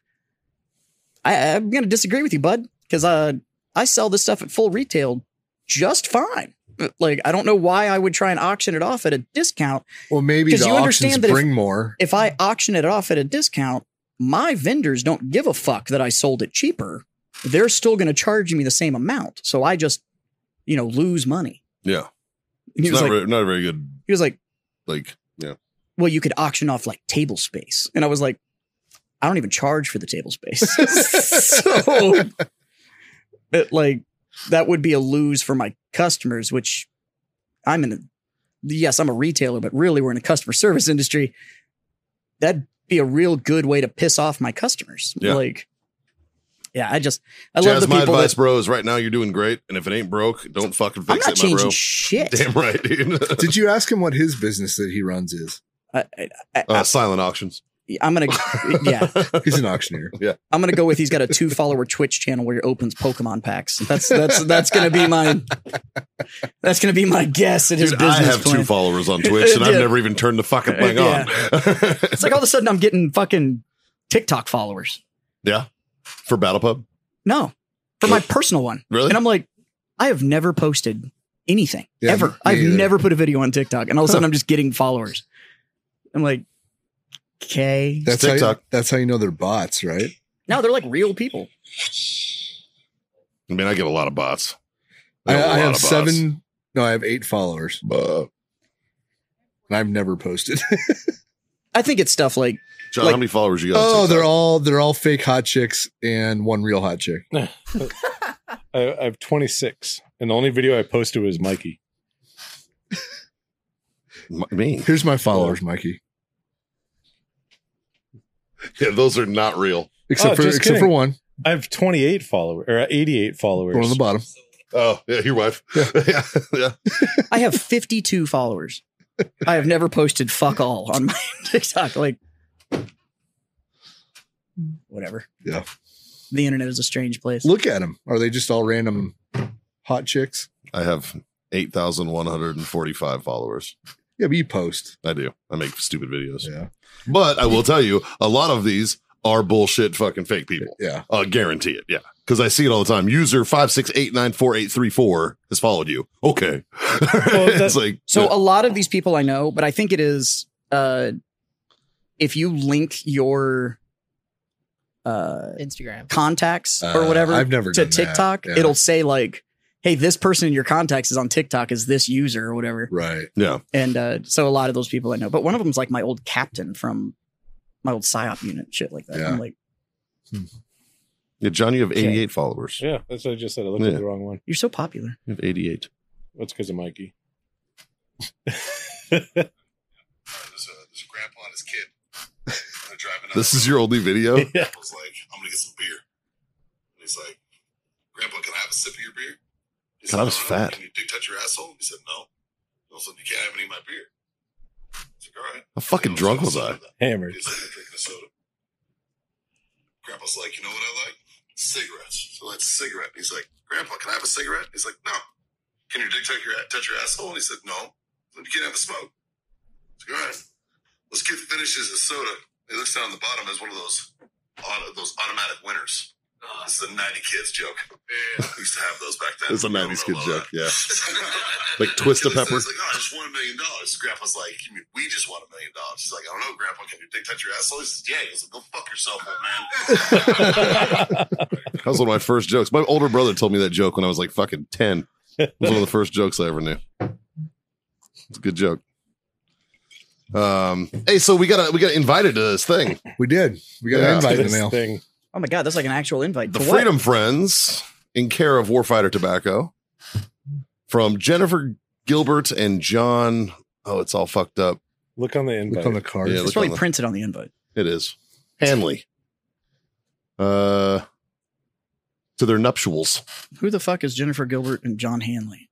I, "I'm going to disagree with you, bud, because uh, I sell this stuff at full retail just fine." Like, I don't know why I would try and auction it off at a discount Well, maybe 'Cause the you understand auctions that if- bring more. if I auction it off at a discount, my vendors don't give a fuck that I sold it cheaper. They're still going to charge me the same amount. So I just, you know, lose money. yeah, And it's he was not, like, very, not a very good. he was like, Like, yeah, well, you could auction off like table space. And I was like, I don't even charge for the table space. so it, like that would be a lose for my customers, which I'm in a yes, I'm a retailer, but really we're in a customer service industry. That'd be a real good way to piss off my customers. Yeah. Like, yeah, I just I love Jazz, the my people advice, that bro, is right now you're doing great, and if it ain't broke, don't fucking I'm fix not it, my changing bro. shit. Damn right, dude. Did you ask him what his business that he runs is? I, I, I, Uh, silent auctions. I'm gonna yeah. He's an auctioneer. I'm gonna go with he's got a two follower Twitch channel where he opens Pokemon packs. That's that's that's gonna be my that's gonna be my guess at his Dude, I business have plan. two followers on Twitch, and I've Yeah. never even turned the fucking thing Yeah. on. it's like all of a sudden I'm getting fucking TikTok followers. yeah, for Battle Pub. No, for my personal one. Really? And I'm like, I have never posted anything Yeah, me ever. I've either. never put a video on TikTok, and all of a sudden I'm just getting followers. I'm like, okay. That's how, you, TikTok. that's how you know they're bots, right? No, they're like real people. I mean, I get a lot of bots. I, get a I lot have of bots. seven. No, I have eight followers, Uh, and I've never posted. I think it's stuff like John, Like- how many followers you got? on oh, TikTok? they're all they're all fake hot chicks and one real hot chick. I, I have 26, and the only video I posted was Mikey. M- me. Here's my followers, Mikey. Yeah, those are not real. Except Oh, for just except kidding. for one, I have 28 followers or 88 followers. one on the bottom. Oh, yeah, your wife. Yeah, yeah. I have 52 followers. I have never posted fuck all on my TikTok. Like, whatever. Yeah. The internet is a strange place. Look at them. Are they just all random hot chicks? I have eight thousand one hundred and forty-five followers. Yeah, but you post. I do. I make stupid videos, Yeah, but I will tell you, a lot of these are bullshit, fucking fake people. yeah. Uh, guarantee it. Yeah. Cause I see it all the time. User 5689484 has followed you. Okay. it's that- like, So a lot of these people I know, but I think it is uh, if you link your uh, Instagram. contacts or Uh, whatever I've never to done that. TikTok, Yeah. it'll say like, "Hey, this person in your contacts is on TikTok. Is this user or whatever?" Right. yeah. And uh, so a lot of those people I know, but one of them's like my old captain from my old psyop unit, shit like that. Yeah. I'm like, Yeah. John, you have Okay. 88 followers. Yeah, that's what I just said. I looked Yeah. at the wrong one. you're so popular. You have 88. That's because of Mikey. There's a, there's a grandpa and his kid. They're driving up. This is your only video. I was like, I'm gonna get some beer. And he's like, Grandpa, can I have a sip of your beer? He God, I was "No, no, fat. Can you dick touch your asshole? He said, No. All of a sudden, you can't have any of my beer. He's like, All right. How fucking drunk was I? Hammered. He's like, I'm drinking a soda. Grandpa's like, You know what I like? Cigarettes. So that's a cigarette. He's like, Grandpa, can I have a cigarette? He's like, No. Can your dick touch your, touch your asshole? And he said, No. Then you can't have a smoke. He's like, All right. This kid finishes his soda. He looks down at the bottom as one of those auto, those automatic winners. Uh, it's the 90 kids joke. Yeah. We used to have those back then. It's a 90s kid I don't know joke. about Yeah. that. Like Twist a He looks Pepper. at us like, oh, I just won a million dollars. Grandpa's like, you mean we just won a million dollars? She's like, I don't know, Grandpa. Can your dick touch your asshole? He says, yeah. He goes, go fuck yourself, old man. That was one of my first jokes. My older brother told me that joke when I was like fucking 10. It was one of the first jokes I ever knew. It's a good joke. Um, hey, so we got we got invited to this thing. We did. We got Yeah. an invite in This the mail. thing. Oh my god, that's like an actual invite. The to Freedom What? Friends in care of Warfighter Tobacco from Jennifer Gilbert and John. Oh, it's all fucked up. Look on the invite. Look on the card. Yeah, It's look probably on the- printed on the invite. It is Hanley. Uh, to their nuptials, Who the fuck is Jennifer Gilbert and John Hanley?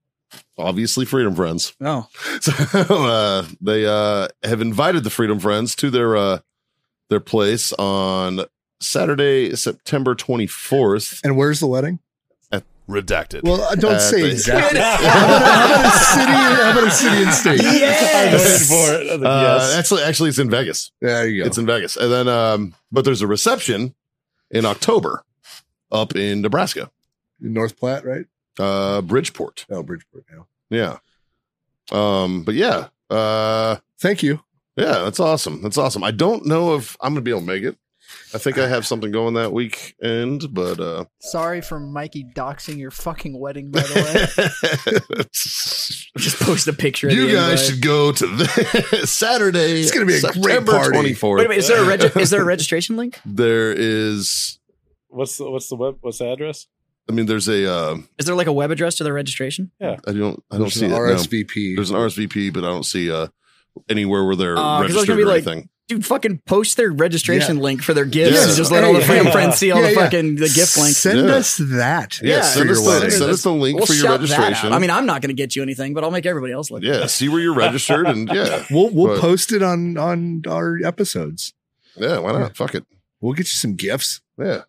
obviously Freedom Friends. Oh, So uh, they uh, have invited the Freedom Friends to their uh, their place on Saturday, September twenty fourth. And where's the wedding? Redacted. Well, uh, don't Uh, say they- exactly. how, about a city, how about a city and state? I voted for it. I was like, uh, yes. actually, actually, it's in Vegas. There you go. It's in Vegas, and then um, but there's a reception in October up in Nebraska, North Platte, right? uh, Bridgeport. Oh, Bridgeport now. Yeah. Um, but yeah, uh, Thank you. yeah, that's awesome. That's awesome. I don't know if I'm gonna be able to make it. I think I have something going that weekend, but uh Sorry for Mikey doxing your fucking wedding, by the way. Just post a picture. of you the guys invite. should go to the Saturday. It's gonna be a great September party. 24th. Wait a minute. Is there a regi- is there a registration link? there is. What's the what's the web what's the address? I mean, there's a. Uh, Is there like a web address to the registration? I don't. I don't There's see an it. no. RSVP. There's an RSVP, but I don't see uh, anywhere where they're Uh, 'cause I was registered gonna be or like- anything. Dude, fucking post their registration link for their gifts Yeah. and just let all the Yeah. fucking friends see all Yeah, the yeah. fucking the gift link. Send Yeah. us that. Yeah, Yeah. send, for your us the, wedding. send us the link We'll for your shout that out. registration. I mean, I'm not going to get you anything, but I'll make everybody else look. yeah, see where you're registered, and yeah, We'll we'll But- post it on on our episodes. yeah, why not? Fuck it. We'll get you some gifts. Yeah,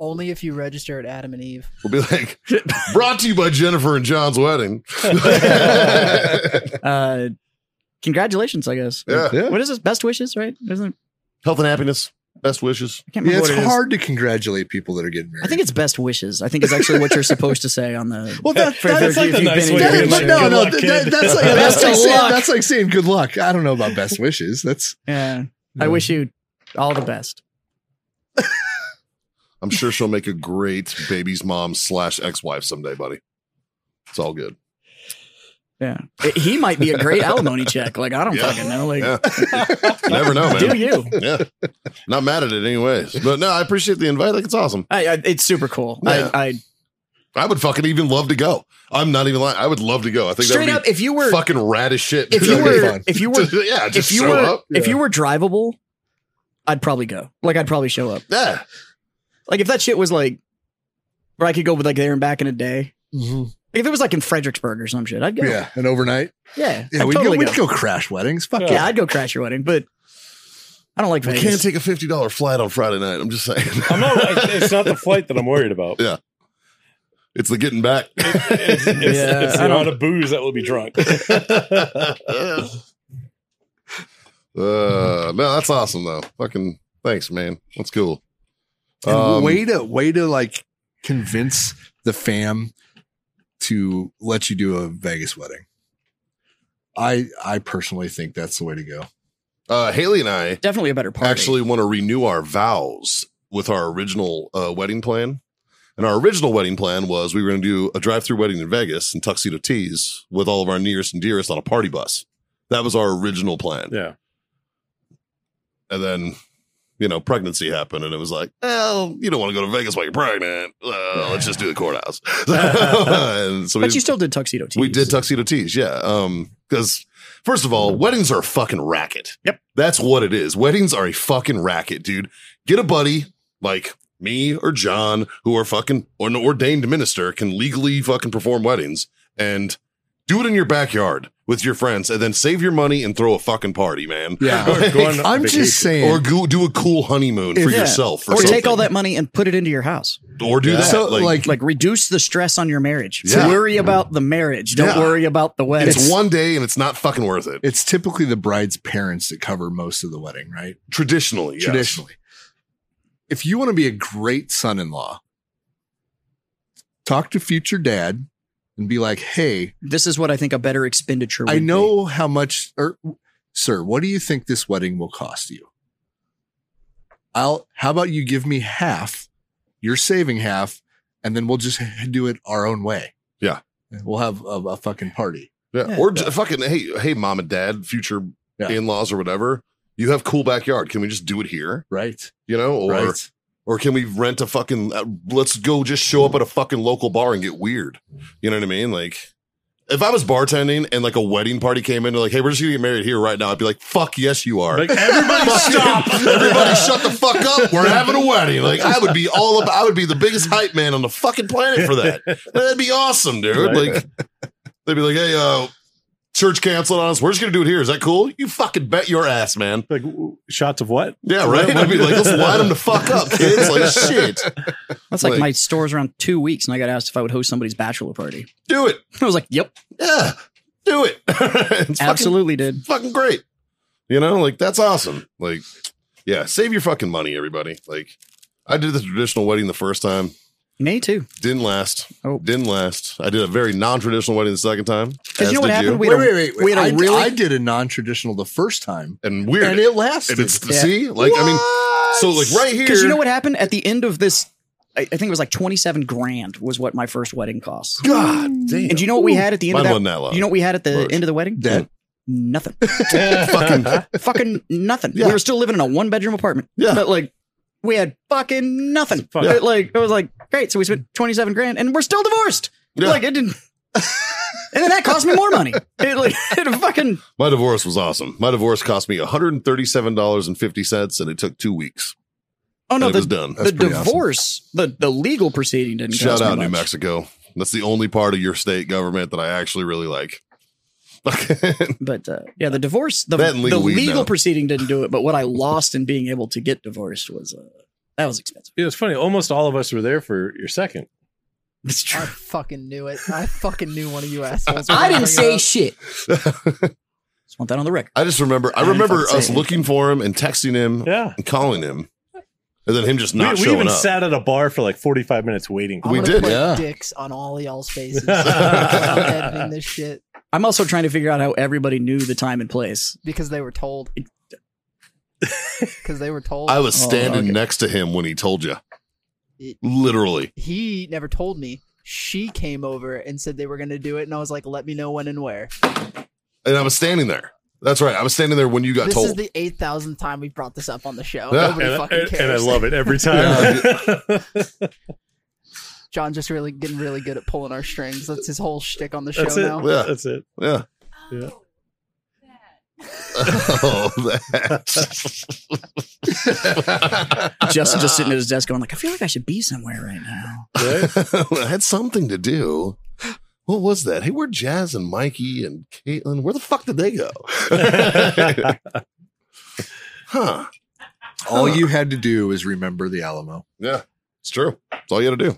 Only if you register at Adam and Eve. we'll be like brought to you by Jennifer and John's wedding. Uh, congratulations, I guess. yeah, Yeah, What is this? Best wishes, right? Isn't health and happiness. Best wishes. I can't yeah remember it's what it is. hard to congratulate people that are getting married. I think it's best wishes. I think it's actually what you're supposed to say on the. well, that, for- that, for- that's like if the you've nice been way engaged. to that- Good no, luck, no, kid. that- that's like that's Best like of saying luck. that's like saying good luck. I don't know about best wishes. That's Yeah. I wish you all the best. I'm sure she'll make a great baby's mom slash ex wife someday, buddy. It's all good. Yeah. It- he might be a great alimony check. Like, I don't Yeah. fucking know. Like, Yeah, You never know, do man. you? Yeah, not mad at it, anyways. But no, I appreciate the invite. Like it's awesome. I, I, it's super cool. Yeah. I, I I would fucking even love to go. I'm not even lying. I would love to go. I think straight that would up, be if you were, fucking rad as shit. if you that'd be were, fun. if you were, yeah, just if you show were, up. if you were drivable, I'd probably go. Like, I'd probably show up. Yeah, Like, if that shit was like, where I could go with like there and back in a day. Like, if it was like in Fredericksburg or some shit, I'd go. Yeah, yeah, an overnight. Yeah, I'd we totally go, go. we'd go crash weddings. Fuck Yeah, I'd go crash your wedding, but I don't like we Vegas. can't take a fifty dollar flight on Friday night. I'm just saying. I'm not it's not the flight that I'm worried about. it's the getting back. It's, it's, Yeah, it's the I don't- amount of booze that will be drunk. Uh, no, that's awesome though. Fucking thanks, man. That's cool. And Um, way to way to like convince the fam to let you do a Vegas wedding. I I personally think that's the way to go. Uh, Haley and I Definitely a better party. actually want to renew our vows with our original uh, wedding plan. And our original wedding plan was we were going to do a drive-through wedding in Vegas and tuxedo tees with all of our nearest and dearest on a party bus. That was our original plan. Yeah. And then, you know, pregnancy happened, and it was like, well, you don't want to go to Vegas while you're pregnant. Well, let's just do the courthouse. and so we but you still did tuxedo tees. we did tuxedo tees, yeah. Um, because first of all, weddings are a fucking racket. Yep. That's what it is. Weddings are a fucking racket, dude. Get a buddy like me or John, who are fucking or an ordained minister, can legally fucking perform weddings and do it in your backyard with your friends and then save your money and throw a fucking party, man. Yeah. Or go on I'm vacation. just saying Or go, do a cool honeymoon for Yeah. yourself, Or take all that something. money and put it into your house. or do that. So, like- Like reduce the stress on your marriage. Yeah. Worry about the marriage. Don't Yeah. worry about the wedding. it's one day and it's not fucking worth it. it's typically the bride's parents that cover most of the wedding, right? Traditionally, yes. Traditionally. If you want to be a great son-in-law, talk to future dad and be like, "Hey, This is what I think a better expenditure. Would I Be. know how much, or sir, what do you think this wedding will cost you? I'll, how about you give me half, you're saving half, and then we'll just do it our own way. Yeah. We'll have a, a fucking party. Yeah. Yeah. Or j- fucking hey, hey, mom and dad, future Yeah. in-laws or whatever. You have cool backyard. Can we just do it here? Right. You know, or right. or can we rent a fucking? Uh, let's go just show up at a fucking local bar and get weird. You know what I mean? Like, if I was bartending and like a wedding party came in, and like, hey, we're just gonna get married here right now. I'd be like, fuck yes, you are. Like everybody stop. Everybody shut the fuck up. We're having a wedding. Like I would be all up. I would be the biggest hype man on the fucking planet for that. That'd be awesome, dude. Right. Like they'd be like, hey, uh, church canceled on us. We're just gonna do it here. Is that cool? You fucking bet your ass, man. Like w- shots of what? Yeah, right. I'd be like, let's line them the fuck up, kids. Like shit. That's like, like- my store's around two weeks, and I got asked if I would host somebody's bachelor party. Do it. I was like, "Yep, Yeah. Do it. It's fucking absolutely did." fucking great. You know, like that's awesome. Like, yeah, save your fucking money, everybody. Like, I did the traditional wedding the first time. Me too. Didn't last. Oh. Didn't last. I did a very non-traditional wedding the second time. As you know what did happened? you. We had a- we had a I, really- I did a non-traditional the first time, and weird. and it lasted. And it's Yeah. see, like I mean, so like right here. Because you know what happened at the end of this? I, I think it was like twenty-seven grand was what my first wedding cost. God damn! Mm. And do you know what we had at the end Mine of wasn't that? that loud. You know what we had at the Worse. end of the wedding? That- Nothing. fucking, fucking nothing. Yeah. We were still living in a one-bedroom apartment. Yeah. But like, we had fucking nothing. Fuck. It, like, it was like great. So we spent twenty-seven grand, and we're still divorced. Yeah. Like it didn't. and then that cost me more money. It like it fucking My divorce was awesome. My divorce cost me $137.50 and it took two weeks. oh no and it was the, done. the pretty awesome. divorce the the legal proceeding didn't Shout cost me out New much. Mexico. That's the only part of your state government that I actually really like. But uh, yeah, the divorce, the, That and legal the weed legal now. proceeding didn't do it. But what I lost in being able to get divorced was uh, that was expensive. It was funny. Almost all of us were there for your second. It's I true. fucking knew it. I fucking knew one of you assholes. I didn't say shit. shit. Just want that on the record. I just remember I I didn't remember fucking us say looking for him and texting him Yeah. and calling him. And then him just not we, we showing even up. sat at a bar for like 45 minutes waiting. I'm We gonna did, put yeah. Dicks on all y'all's faces. I'm editing this shit I'm also trying to figure out how everybody knew the time and place. because they were told. Because they were told. I was Oh, standing okay. next to him when he told you. It- Literally. he never told me. She came over and said they were going to do it, and I was like, "Let me know when and where." And I was standing there. That's right. I was standing there when you got this told. is the eight thousandth time we've brought this up on the show. Yeah. Nobody and, I- fucking and- cares. and I love it every time. John just really getting really good at pulling our strings. That's his whole shtick on the show That's it. now. Yeah. That's it. yeah. Yeah. oh, that. Justin just sitting at his desk going like, I feel like I should be somewhere right now. Right? I had something to do. What was that? Hey, where Jazz and Mikey and Caitlin? Where the fuck did they go? huh? uh, All you had to do is remember the Alamo. Yeah, it's true. It's all you got to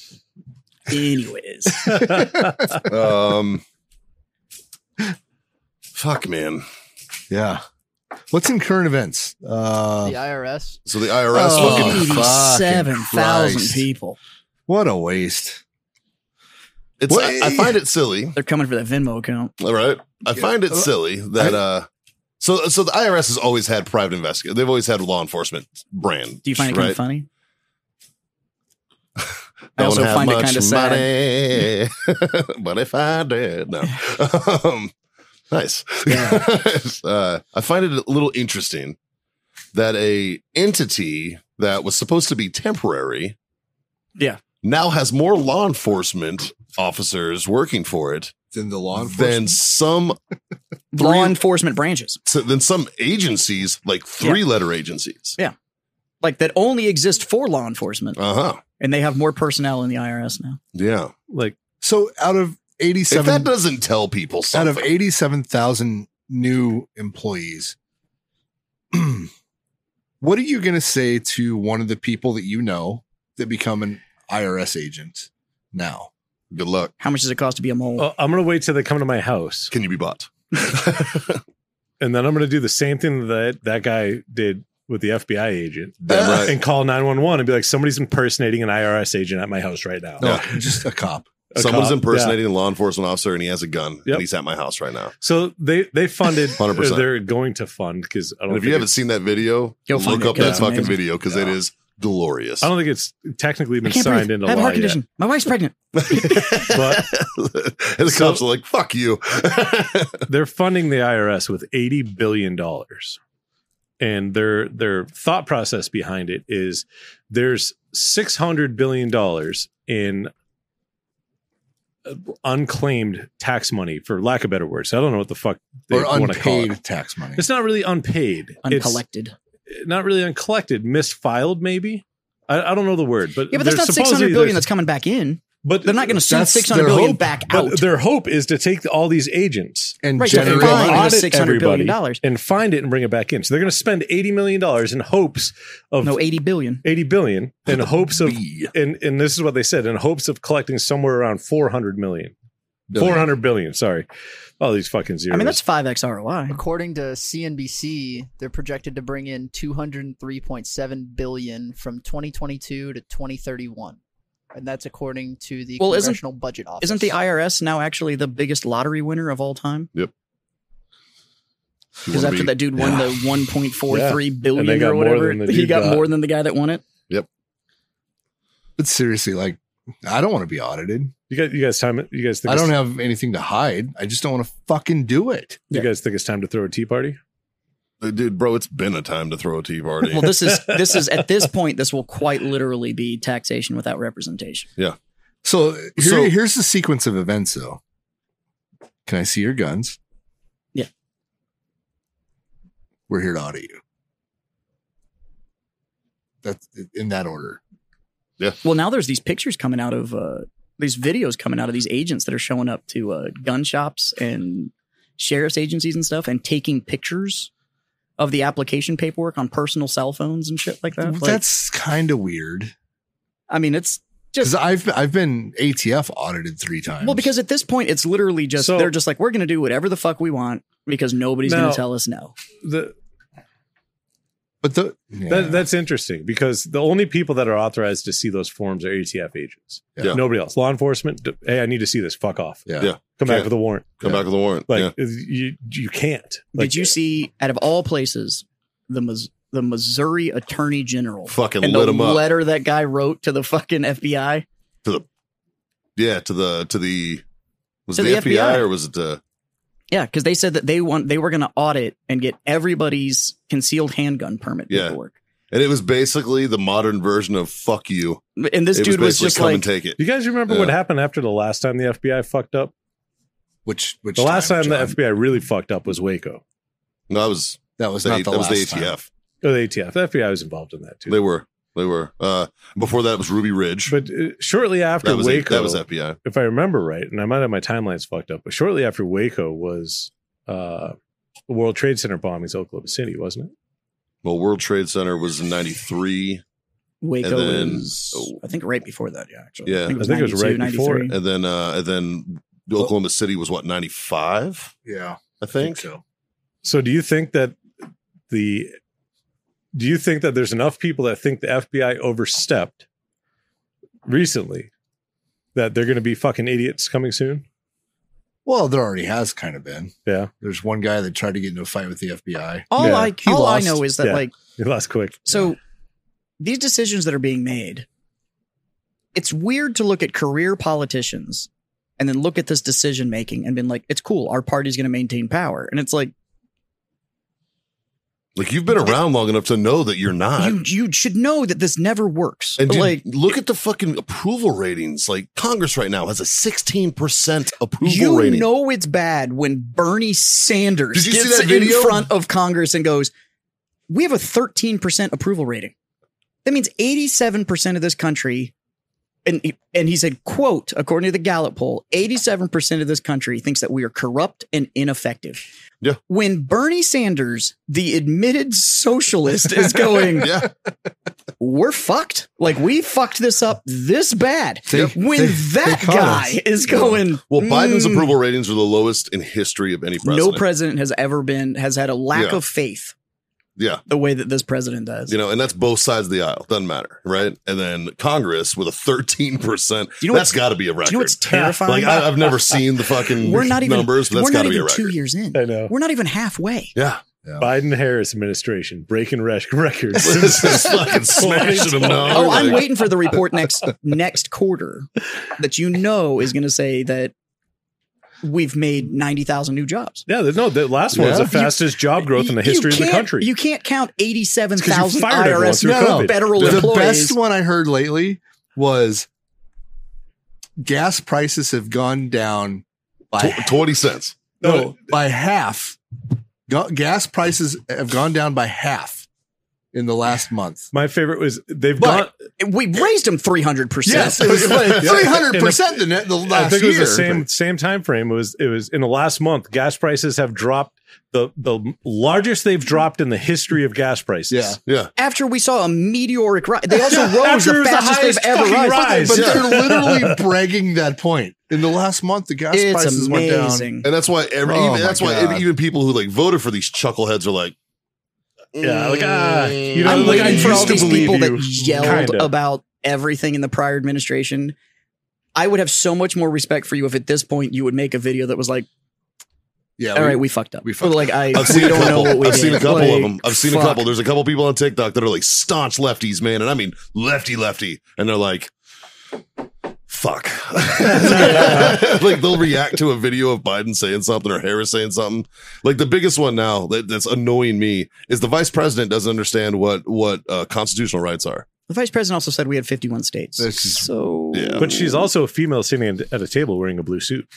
Anyways, do. Um, fuck, man. Yeah. What's in current events? Uh, The IRS. So the IRS Oh, fucking. eighty-seven thousand Christ. people. What a waste. It's, I, I find it silly. They're coming for that Venmo account. All right. I find it silly that I- uh. So, so the IRS has always had private investigation. They've always had law enforcement brand. Do you find it kind of right? funny? I Don't also have find it much kind of sad. money, but if I did, no. um, nice. uh, I find it a little interesting that a entity that was supposed to be temporary, Yeah. now has more law enforcement officers working for it Then the law than some Law enforcement branches than some agencies, like three letter agencies. Yeah. like that only exist for law enforcement, Uh huh. and they have more personnel in the IRS now. Yeah. like, So out of If 87 that doesn't tell people out something, of 87,000 new employees, what are you going to say to one of the people that you know that become an IRS agent now? good luck. How much does it cost to be a mole? oh, I'm going to wait till they come to my house. Can you be bought? And then I'm going to do the same thing that that guy did with the FBI agent. Damn right. And call 911 and be like, somebody's impersonating an IRS agent at my house right now. No, Yeah. just a cop. A Someone's cop. Yeah. impersonating a law enforcement officer and he has a gun Yep. and he's at my house right now. So they they funded 100%. or they're going to fund because I don't And if think you haven't it's- seen that video, Go find look it. up Yeah, that it's fucking amazing. video because it is glorious. I don't think it's technically I been can't signed breathe. into I have a law heart yet. condition. My wife's pregnant. But and the So- cops are like, fuck you. they're funding the IRS with 80 billion dollars. And their their thought process behind it is there's 600 billion dollars in uh, unclaimed tax money for lack of better words. I don't know what the fuck they Or want to call it. unpaid tax money. It's not really unpaid. It's Uncollected. not really uncollected, misfiled maybe. I, I don't know the word, but yeah, but that's there's not six supposedly hundred billion there's- that's coming back in. but They're not going to send That's six hundred their billion hope, back out. But their hope is to take all these agents and Right, so generate if I- money. Audit audit $600 billion everybody and find it and bring it back in. So they're going to spend eighty million dollars in hopes of No, eighty billion. eighty billion in hopes of B. and and this is what they said in hopes of collecting somewhere around four hundred million. Four hundred billion. Sorry, all these fucking zeros. I mean, that's 5x ROI. According to CNBC, they're projected to bring in 203.7 billion from 2022 to 2031. And that's according to the Well, isn't- Congressional Budget Office. Isn't the IRS now actually the biggest lottery winner of all time? You Because wanna after be- that dude won the 1.43 billion And they got or more whatever, than the he dude got, got. more than the guy that won it. But seriously, like, I don't want to be audited. you guys. You guys time. it- You guys think I don't it's- have anything to hide. I just don't want to fucking do it. You guys think it's time to throw a tea party? Uh, Dude, bro, it's been a time to throw a tea party. Well, this is this is at this point, this will quite literally be taxation without representation. So, here, So- here's the sequence of events, though. Can I see your guns? Yeah. We're here to audit you. That's in that order. Well, now there's these pictures coming out of uh, these videos coming out of these agents that are showing up to uh, gun shops and sheriff's agencies and stuff and taking pictures of the application paperwork on personal cell phones and shit like that. Like, That's kind of weird I mean, it's because just I've I've been ATF audited three times. well because at this point it's literally just So- they're just like we're going to do whatever the fuck we want because nobody's going Now- to tell us no. The, but the yeah. that, that's interesting because the only people that are authorized to see those forms are ATF agents. Yeah. Nobody else. Law enforcement. d- Hey, I need to see this. Fuck off. yeah. Yeah. Come Yeah. back with a warrant. Come back with a warrant. Like yeah. is- you, you can't. Like, Did you see out of all places the Mis- the Missouri Attorney General Fucking and lit the him up letter that guy wrote to the fucking FBI? to the Yeah, to the to the was To it the, the FBI, FBI. or was it the Yeah, because they said that they want they were going to audit and get everybody's concealed handgun permit Yeah. paperwork. and it was basically the modern version of fuck you. And this it dude was, basically just come like, and take it. You guys remember what happened after the last time the FBI fucked up? Which which The last time, John? the FBI really fucked up was Waco. No, that was that was the, not the that was last the time. ATF. Oh, the ATF. The FBI was involved in that too. They were. They were. Uh before that it was Ruby Ridge. but uh, shortly after that was Waco, that was FBI. if I remember right, and I might have my timelines fucked up, but shortly after Waco was uh, the World Trade Center bombings, Oklahoma City, wasn't it? Well, World Trade Center was in 93 Waco and then- Oh. is I think right before that. Yeah, actually, Yeah. I think it was, I think it was right 92, before 93. and then uh and then Oklahoma City was what 95, Yeah, I think. so. So, do you think that the do you think that there's enough people that think the FBI overstepped recently that they're going to be fucking idiots coming soon? Well, there already has kind of been. Yeah, There's one guy that tried to get into a fight with the FBI. All Yeah. I He all lost. I know is that Yeah. like you lost quick. So these decisions that are being made, it's weird to look at career politicians and then look at this decision making and been like, it's cool, our party's going to maintain power. And it's like, Like you've been around long enough to know that you're not. you, you should know that this never works. and dude, like, look at the fucking approval ratings. Like Congress right now has a 16% approval you rating. know it's bad when Bernie Sanders Did you see gets that video? in front of Congress and goes, "We have a 13% approval rating. That means 87% of this country and and he said, "quote, according to the Gallup poll, 87% of this country thinks that we are corrupt and ineffective." Yeah. When Bernie Sanders, the admitted socialist is going, yeah. "We're fucked. Like we fucked this up this bad." They- When they- that they caught us. guy is going, Well, Biden's "Mm, approval ratings are the lowest in history of any president. no president has ever been has had a lack Yeah. of faith yeah. the way that this president does. You know, and that's both sides of the aisle. Doesn't matter, right? And then Congress with a 13%. you know that's what's- got to be a record. Do you know what's terrifying? like I, I've never seen the fucking we're not even numbers, but that's we're got not to be a even record. two years in. I know. We're not even halfway. Yeah, Biden Harris administration breaking rec- records. this is fucking smashing them now. Oh, I'm Like, waiting for the report next next quarter that you know is going to say that we've made ninety thousand new jobs. Yeah, th- no, the last one was Yeah. the fastest job growth in the You history of the can't- country. You can't count eighty-seven 'cause you thousand fired everyone IRS through No, COVID. federal the employees. best one I heard lately was gas prices have gone down by tw- 20 cents. no, by half. Ga- gas prices have gone down by half in the last month. My favorite was they've But got. we raised them 300%. Yes, it was like three hundred percent the net the I last think it was year. the same same time frame. It was it was in the last month. Gas prices have dropped the the largest they've dropped in the history of gas prices. Yeah. Yeah. After we saw a meteoric rise, they also rose After it the was the fastest they've highest ever fucking risen. rise. But Yeah. they're literally bragging that point. In the last month, the gas It's prices went down. amazing. And that's why every Oh even, my that's why God. even people who like voted for these chuckleheads are like, Yeah, like, ah, you know, I'm like, I waiting for used all to these believe people you. that yelled Kinda. about everything in the prior administration. I would have so much more respect for you if at this point you would make a video that was like, Yeah, all we- right, we fucked up. we fucked Or like, I, I've seen we a don't know couple. what we I've did. seen a couple Like, of them. I've seen fuck. a couple. There's a couple people on TikTok that are like staunch lefties, man, and I mean lefty lefty, and they're like, "Fuck!" like they'll react to a video of Biden saying something or Harris saying something. Like the biggest one now that, that's annoying me is the vice president doesn't understand what what uh, constitutional rights are. The vice president also said we had 51 states. This is- so, Yeah. But she's also a female sitting at- at a table wearing a blue suit.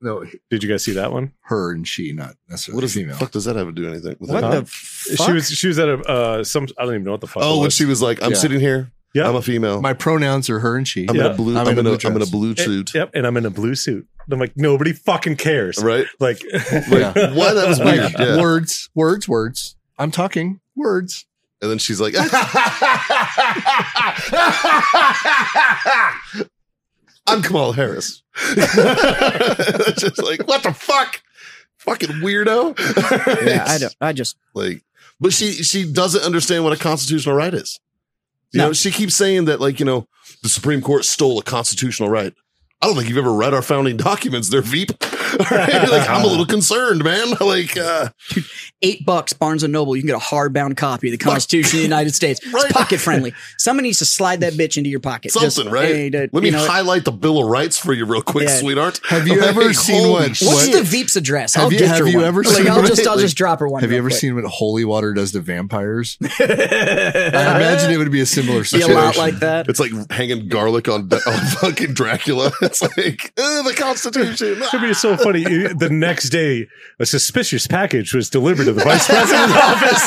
no, Did you guys see that one? her and she, not necessarily What does the female. fuck does that have to do anything? With what it? the fuck? She was she was at a uh, some I don't even know what the fuck. Oh, it when was. she was like, "I'm Yeah. sitting here. Yeah. I'm a female. Oh. My pronouns are her and she. I'm in Yeah. a blue. I'm I'm, in in a a. blue I'm in a dress. blue suit. Eh, Yep, and I'm in a blue suit. And I'm like nobody fucking cares. Right? Like Yeah. Why that was weird. Like, Yeah. Words, words, words. I'm talking words. And then she's like, I'm Kamala Harris. It's just like, what the fuck? Fucking weirdo. yeah, I don't, I just, Like, but she she doesn't understand what a constitutional right is. You No. know, she keeps saying that, like, you know, the Supreme Court stole a constitutional right. I don't think you've ever read our founding documents. They're Veep. Alright? Like, Uh-huh. I'm a little concerned, man. Like, uh, eight bucks Barnes and Noble, you can get a hardbound copy of the Constitution of the United States. Right. It's pocket friendly. Someone needs to slide that bitch into your pocket. Just, something, right? hey, to- Let me you know, highlight the Bill of Rights for you real quick, Yeah. sweetheart. Have you Like, ever seen holy what? shit. What's what- the Veep's address? Have I'll you- get have her you one. ever like, seen I'll one? just, I'll Like, just drop her one. Have you real ever quick. seen what holy water does to vampires? I imagine it would be a similar Be a situation. lot like that. It's like hanging garlic on, on fucking Dracula. It's like "Ugh, the Constitution. It'd be so funny. The next day, a suspicious package was delivered to the vice president's office.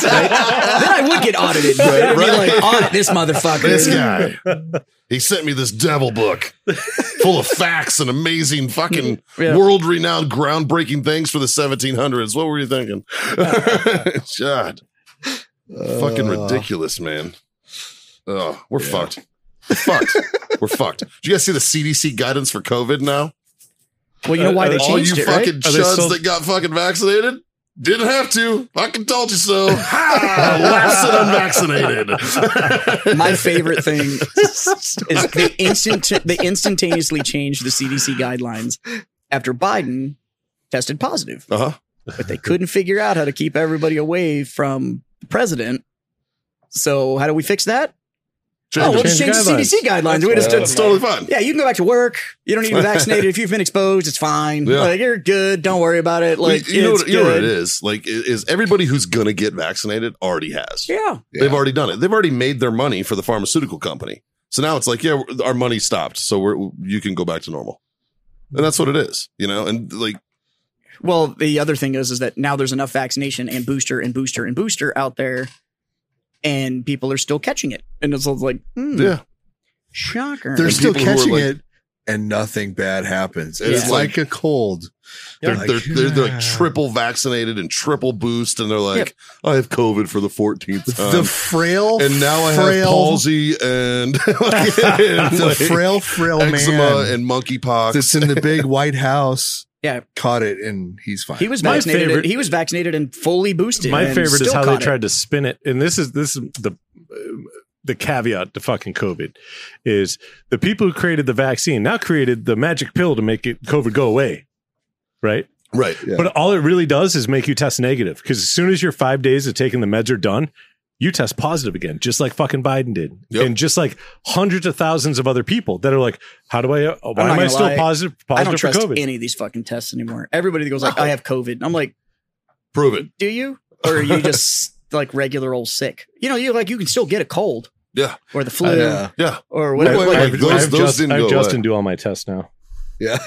then I would get audited. Right, I'd right. be like, audit this motherfucker. This guy. He sent me this devil book full of facts and amazing fucking Yeah. world renowned groundbreaking things for the 1700s. What were you thinking? God. fucking Uh. ridiculous, man. Oh, we're fucked. We're fucked. we're fucked. Did you guys see the CDC guidance for COVID now? Well, you know why they Oh, Uh, All changed you it, right? fucking Are they chuds still- that got fucking vaccinated didn't have to. Fucking told you so. Ha! Last and unvaccinated. My favorite thing is they instant they instantaneously changed the CDC guidelines after Biden tested positive, uh huh. but they couldn't figure out how to keep everybody away from the president. So how do we fix that? Oh, we'll just Change change the the CDC guidelines. We just did It's totally fine. Yeah, you can go back to work. You don't need to be vaccinated. if you've been exposed, it's fine. Yeah. Like you're good. Don't worry about it. Well, Like you, know, it's what- you know what good. it is? Like, i- is everybody who's going to get vaccinated already has. Yeah. They've already done it. They've already made their money for the pharmaceutical company. So now it's like, yeah, our money stopped. So we're, you can go back to normal. And that's what it is, you know? And like, Well, the other thing is, is that now there's enough vaccination and booster and booster and booster out there, and people are still catching it. And it's all like, hmm, yeah. shocker. They're And still people who are catching like- it, and nothing bad happens. It's Yeah. like a cold. They're, Like, they're, they're, they're like yeah. triple vaccinated and triple boost. And they're like, I have COVID for the 14th time. the frail, and now I have frail, palsy and, and The like, frail, frail eczema man and monkeypox. that's in the big White House. Yeah. caught it, and he's fine. he was My vaccinated. favorite- he was vaccinated and fully boosted. My and favorite is still how they caught it. tried to spin it, and this is this is the the caveat to fucking COVID is the people who created the vaccine now created the magic pill to make it COVID go away, right? right. Yeah. But all it really does is make you test negative because as soon as your five days of taking the meds are done, you test positive again, just like fucking Biden did, Yep. and just like hundreds of thousands of other people that are like, "How do I? uh, Why not am I gonna still lie. positive? I don't Positive for trust COVID?" any of these fucking tests anymore. Everybody that goes like, I have COVID. I'm like, Prove it. do you? Or are you just like regular old sick? You know, you like you can still get a cold. Yeah. Or the flu. I know. Yeah. Or whatever. wait, like, wait, Those- I have, those Just- didn't I have go Justin away. do all my tests now. yeah.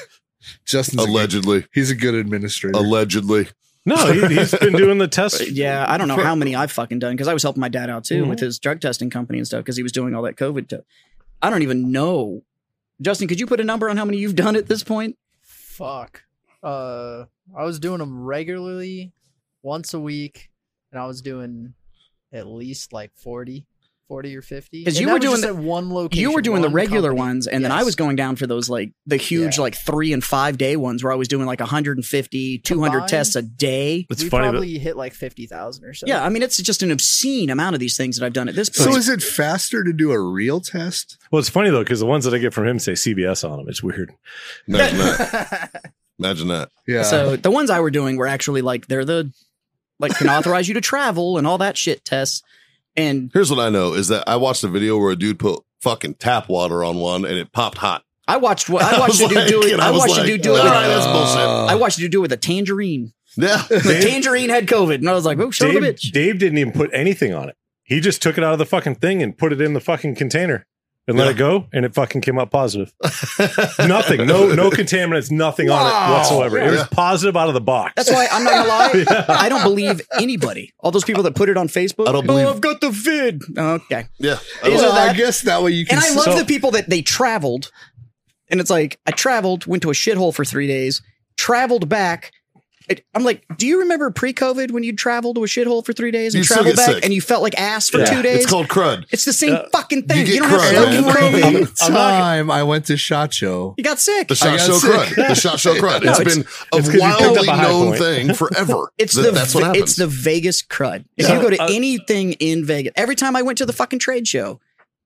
Justin's a good- Allegedly. he's a good administrator. Allegedly. No, he, he's been doing the test. Yeah, I don't know how many I've fucking done because I was helping my dad out too with his drug testing company and stuff because he was doing all that COVID stuff. I don't even know. Justin, could you put a number on how many you've done at this point? Fuck. Uh, I was doing them regularly, once a week, and I was doing at least like 40, 40 or 50. 'Cause And you that were was just doing at one location. you were doing the one regular company. ones, and then I Yes. was going down for those like the huge Yeah. like three and five day ones where I was doing like 150, 200 Combined? tests a day. It's we funny, but probably hit like fifty thousand or so. Yeah, I mean it's just an obscene amount of these things that I've done at this point. So is it faster to do a real test? well, it's funny though because the ones that I get from him say CBS on them. It's weird. Imagine that. Imagine that. Yeah. So the ones I were doing were actually like they're the like can authorize you to travel and all that shit tests. And Here's what I know is that I watched a video where a dude put fucking tap water on one and it popped hot. I watched what I I watched was you do like- do it. and I I was watched like, you do do it. "All with- right, that's bullshit." I watched you do it with a tangerine. Yeah. The tangerine had COVID, and I was like, "Oh, shut up, Dave, bitch!" Dave didn't even put anything on it. He just took it out of the fucking thing and put it in the fucking container and let Yeah. it go, and it fucking came out positive. nothing, no, no contaminants, nothing on it whatsoever. It was Yeah. positive out of the box. That's why I'm not gonna lie. I don't believe anybody. All those people that put it on Facebook. I don't "Oh, believe- I've got the vid. Okay, Yeah. I These was- are well, I that- guess that way you can. and I s- love so- the people that they traveled, and it's like I traveled, went to a shithole for three days, traveled back. It- I'm like, do you remember pre-COVID when you'd travel to a shithole for three days and You still travel get back, sick. and you felt like ass for Yeah. two days? it's It's, called crud. the same fucking thing. You, get don't have crud, fucking man. COVID. every I'm not- time I went to Shot Show, You got sick. The I shot got show sick. crud. The shot show crud. No, It's it's- been it's 'cause a you picked wildly up a high known point. thing forever. It's Th- the that's what happens. it's the Vegas crud. If Yeah. you go to Uh, anything in Vegas, every time I went to the fucking trade show,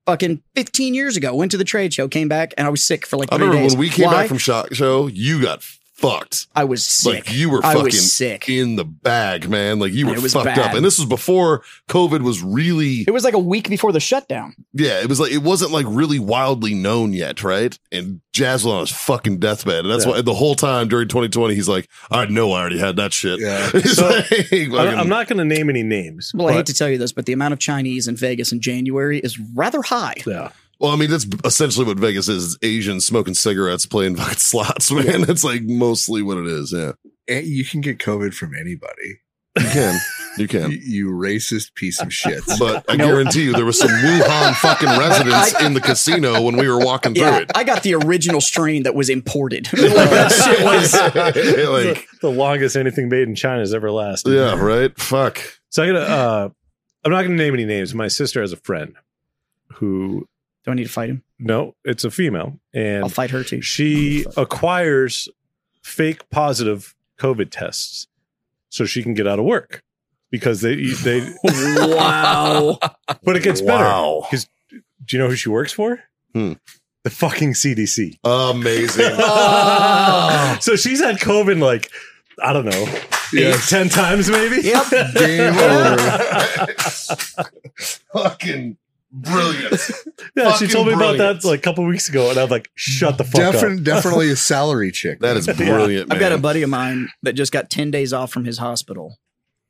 fucking 15 years ago, went to the trade show, came back, and I was sick for like I three remember days. when we came Why? back from shot show, you got fucked. I was sick. Like you were I fucking was sick. in the bag, man. Like you were It was fucked up. bad. And this was before COVID was really It was like a week before the shutdown. yeah, it was like it wasn't like really wildly known yet, right? And Jazz was on his fucking deathbed. And that's Yeah. why the whole time during 2020, he's like, I know I already had that shit. Yeah. He's So, like, fucking- I- I'm not going to name any names. Well, I hate but- to tell you this, but the amount of Chinese in Vegas in January is rather high. Yeah. well, I mean, that's essentially what Vegas is. It's Asians smoking cigarettes, playing fucking slots, man. That's like mostly what it is. Yeah. eh, you can get COVID from anybody. You can. You You, can. you racist piece of shit. But I guarantee you there was some Wuhan fucking residents in the casino when we were walking through Yeah, it. I got the original strain that was imported. like that shit was. like, the, the longest anything made in China has ever lasted. yeah, right? Fuck. So I gotta. Uh, I'm not gonna name any names. My sister has a friend who Do I need to fight him? no, it's a female, and I'll fight her too. she acquires fake positive COVID tests so she can get out of work because they they. wow. But it gets Wow. better. 'Cause do you know who she works for? Hmm. The fucking CDC. Amazing. So she's had COVID like I don't know, Yes. eight, ten times maybe. Yep. Game over. fucking brilliant. Yeah, she Fucking told me about brilliant. that like a couple weeks ago, and I'm like, shut the fuck up. Defin- definitely a salary chick. That is brilliant, man. I've got a buddy of mine that just got 10 days off from his hospital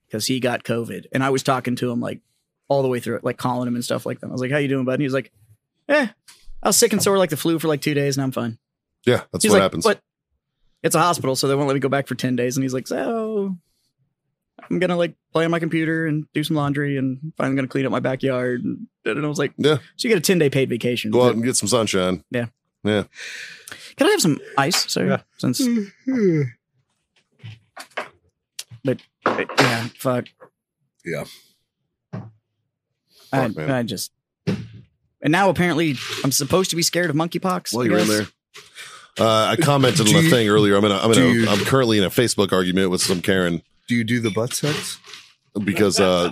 because he got COVID. And I was talking to him like all the way through it, like calling him and stuff like that. I was like, how you doing, bud? And he was like, eh, I was sick and sore like the flu for like two days and I'm fine. yeah, that's he's what like, happens. but it's a hospital, so they won't let me go back for 10 days. And he's like, so I'm going to like play on my computer and do some laundry and finally going to clean up my backyard. And I was like, Yeah. so you get a 10 day paid vacation. Go out and get some sunshine. Can I have some ice, sir? Yeah. Since yeah, fuck. Yeah. I, Fuck, man. I just. And now apparently I'm supposed to be scared of monkeypox. While I you're in guess. there. Uh, I commented Do on the you- thing earlier. I'm in a, I'm do in you- a, I'm currently in a Facebook argument with some Karen Do you do the butt sex? because uh,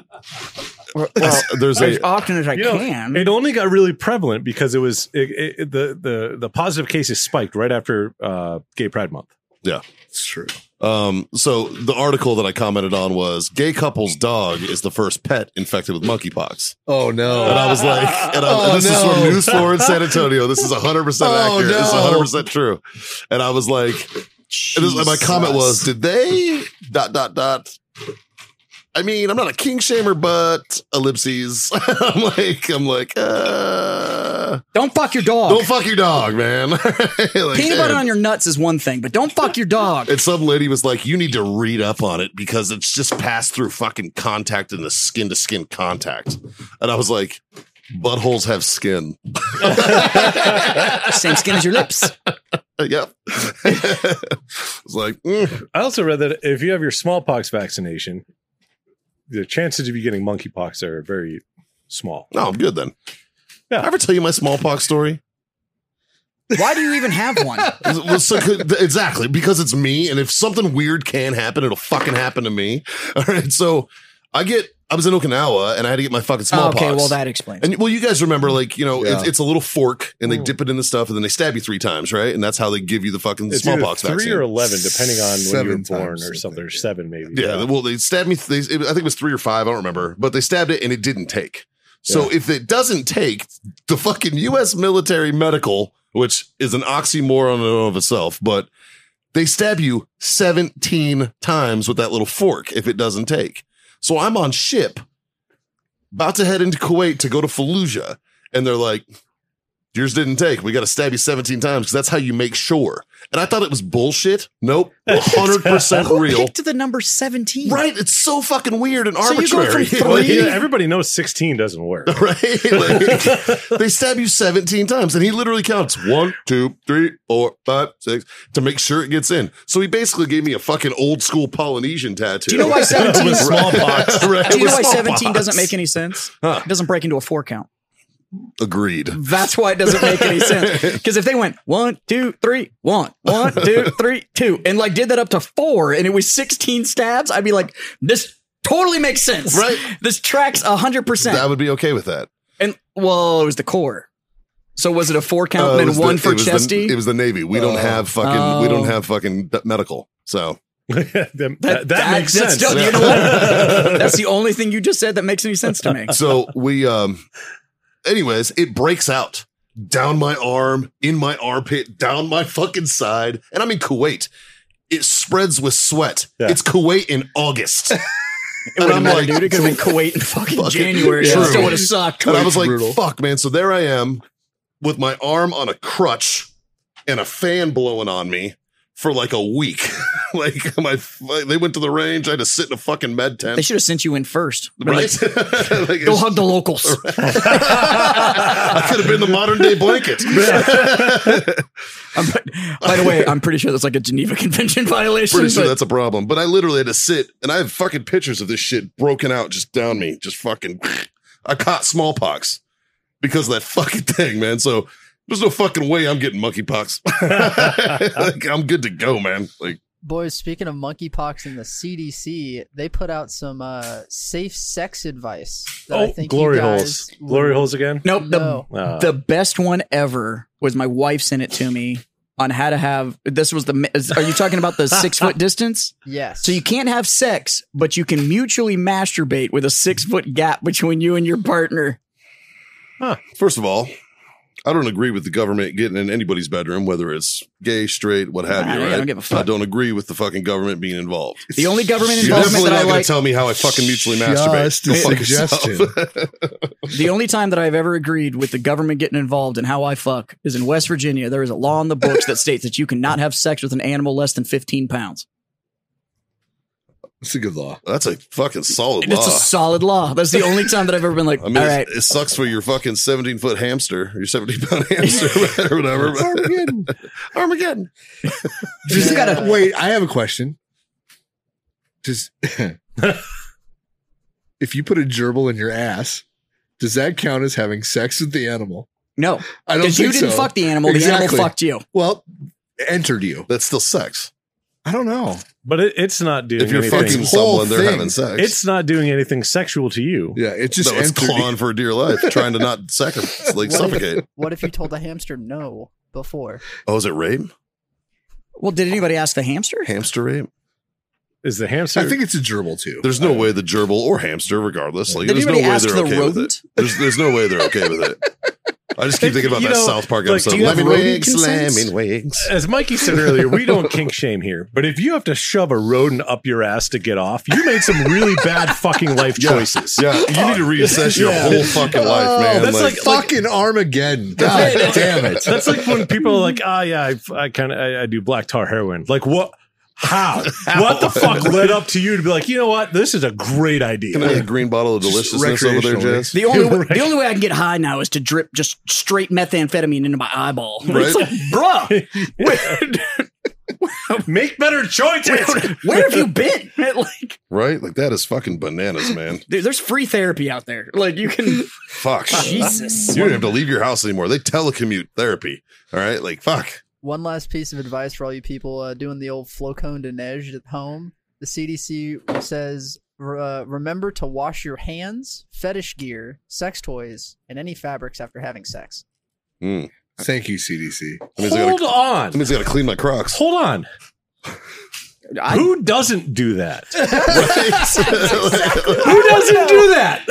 Well, well, there's as a often as I You know, can. It only got really prevalent because it was it, it, it- the the the positive cases spiked right after uh, Gay Pride Month. It's true. um. So the article that I commented on was gay couple's dog is the first pet infected with monkeypox, Oh and no. I was like, and I, Oh, this is no. from News 4 in San Antonio. This is 100 percent Oh, accurate. This is no. 100 percent true. And I was like, And this- my comment was, did they dot dot dot? I mean, I'm not a king shamer, but ellipses. I'm like, I'm like, uh, Don't fuck your dog. Don't fuck your dog, man. Like, Peanut man. butter on your nuts is one thing, but don't fuck your dog. And some lady was like, "You need to read up on it because it's just passed through fucking contact and the skin to skin contact." And I was like, "Buttholes have skin." Same skin as your lips. Uh, yep. I was like, mm, I also read that if you have your smallpox vaccination, the chances of you getting monkeypox are very small. "No, I'm good then." Yeah. I ever tell you my smallpox story? Why do you even have one? Well, so- exactly because it's me, and if something weird can happen, it'll fucking happen to me. All right, so I get. I was in Okinawa, and I had to get my fucking Oh, smallpox. okay, well that explains. it. And well, you guys remember, like you know, Yeah. it's, it's a little fork, and they Mm. dip it in the stuff, and then they stab you three times, right? And that's how they give you the fucking It's smallpox either three vaccine. or eleven, depending on when you Seven were born times, I or something, or think. seven maybe. yeah, well, they stabbed me. They, I think it was three or five. I don't remember, but they stabbed it, and it didn't take. So if it doesn't take, the fucking U.S. military medical, which is an oxymoron in and of itself, but they stab you seventeen times with that little fork if it doesn't take. So I'm on ship, about to head into Kuwait to go to Fallujah, and they're like, "Yours didn't take. We got to stab you 17 times because that's how you make sure." And I thought it was bullshit. Nope, 100 percent real. Pick to the number seventeen. Right? It's so fucking weird and So you go arbitrary. from Well, yeah, three- Like, everybody knows sixteen doesn't work. right? Like, they stab you 17 times and he literally counts one, two, three, four, five, six to make sure it gets in. So he basically gave me a fucking old school Polynesian tattoo. Do you know why seventeen? With smallpox. Right, Do you with know why smallpox. seventeen doesn't make any sense? Huh. It doesn't break into a four count. Agreed. That's why it doesn't make any sense. Because if they went one, two, three, one, one, two, three, two, and like did that up to four, and it was sixteen stabs, I'd be like, this totally makes sense. Right. This tracks hundred I percent. would be okay with that. And well, it was the core. So was it a four Uh, count it and was then one the- for it was the- chesty? Oh. it was the Navy. We don't have fucking. We don't have fucking d- medical. So that, that that's- makes sense. don't- you know what? That's the only thing you just said that makes any sense to me. so we um anyways it breaks out down my arm in my armpit down my fucking side and i'm in kuwait it spreads with sweat Yeah. it's kuwait in august and Would've i'm mattered, like dude, it could have been Kuwait in fucking Fucking January. true. It still would have sucked. and i was like brutal. fuck man so there i am with my arm on a crutch and a fan blowing on me for like a week like my they went to the range i had to sit in a fucking med They tent should have sent you in first. Been like, right Like, Go hug the locals. i could have been the modern day blanket I'm- by the way, I'm pretty sure that's like a Geneva Convention violation. pretty sure but- that's a problem. But I literally had to sit, and I have fucking pictures of this shit broken out just down me, just fucking. I caught smallpox because of that fucking thing, man. So there's no fucking way I'm getting monkeypox. like, I'm good to go, man. Like, Boys, speaking of monkeypox and the CDC, they put out some uh, safe sex advice. That I oh, think glory you holes! guys Glory holes again. nope. The, No. Uh, the best one ever was my wife sent it to me on how to have. This was the. mi- is- Are you talking about the six foot distance? Yes. So you can't have sex, but you can mutually masturbate with a six foot gap between you and your partner. first of all, I don't agree with the government getting in anybody's bedroom, whether it's gay, straight, what have Nah, you. I Right? don't give a fuck. I don't agree with the fucking government being involved. The only government You're involvement definitely that I not going like. to tell me how I fucking mutually Just masturbate. a Go fuck suggestion. yourself. The only time that I've ever agreed with the government getting involved in how I fuck is in West Virginia. There is a law in the books that states that you cannot have sex with an animal less than 15 pounds. It's a good law. That's a fucking solid And it's law. a solid law. That's the only time that I've ever been like, I mean, all it's- right. it sucks for your fucking 17 foot hamster, your 70 pound hamster, or whatever. but- Armageddon. Armageddon. Just Yeah. gotta wait. I have a question. Does if you put a gerbil in your ass, does that count as having sex with the animal? No, I don't because you think didn't so. fuck the animal. The Exactly. animal fucked you. Well, entered you. That's still sex. I don't know. but it, it's not doing If you're anything. fucking This whole someone, they're thing. having sex. it's not doing anything sexual to you. Yeah, it just just no, it's entered. you. clawing for dear life, trying to not second, like suffocate. what if you told the hamster no before? Oh, is it rape? Well, did anybody ask the hamster? Hamster rape? Is the hamster? I think it's a gerbil too. There's no way the gerbil or hamster, regardless. Like, Did there's no anybody way ask they're the okay with it. rodent? There's, there's no way they're okay with it. I just keep thinking about You that know, South Park like, episode. do you have Lemon rodent wigs, consents? slamming wigs. As Mikey said earlier, we don't kink shame here, but if you have to shove a rodent up your ass to get off, you made some really bad fucking life choices. Yeah, you need to reassess your Yeah. whole fucking life, man. that's like, like- Fucking Armageddon. God damn it. That's like when people are like, "Ah, yeah, I, I kind of I, I do black tar heroin." Like what? How? What the fuck led up to you to be like, you know what? This is a great can I have idea. a green bottle of deliciousness over there, recreationally. Jess? The only way, Right. the only way I can get high now is to drip just straight methamphetamine into my eyeball. Right. It's like, bruh, Make better choices. where have you been? like, Right? Like that is fucking bananas, man. dude, there's free therapy out there. Like, you can. Fuck. Jesus. You don't have to leave your house anymore. They telecommute therapy. All right, like fuck. One last piece of advice for all you people uh, doing the old flocon de neige at home. The CDC says r- uh, remember to wash your hands, fetish gear, sex toys, and any fabrics after having sex. Mm. Thank you, CDC. That means I gotta- Hold on. that means I got to clean my Crocs. Hold on. I- Who doesn't do that? Right? Who doesn't do that?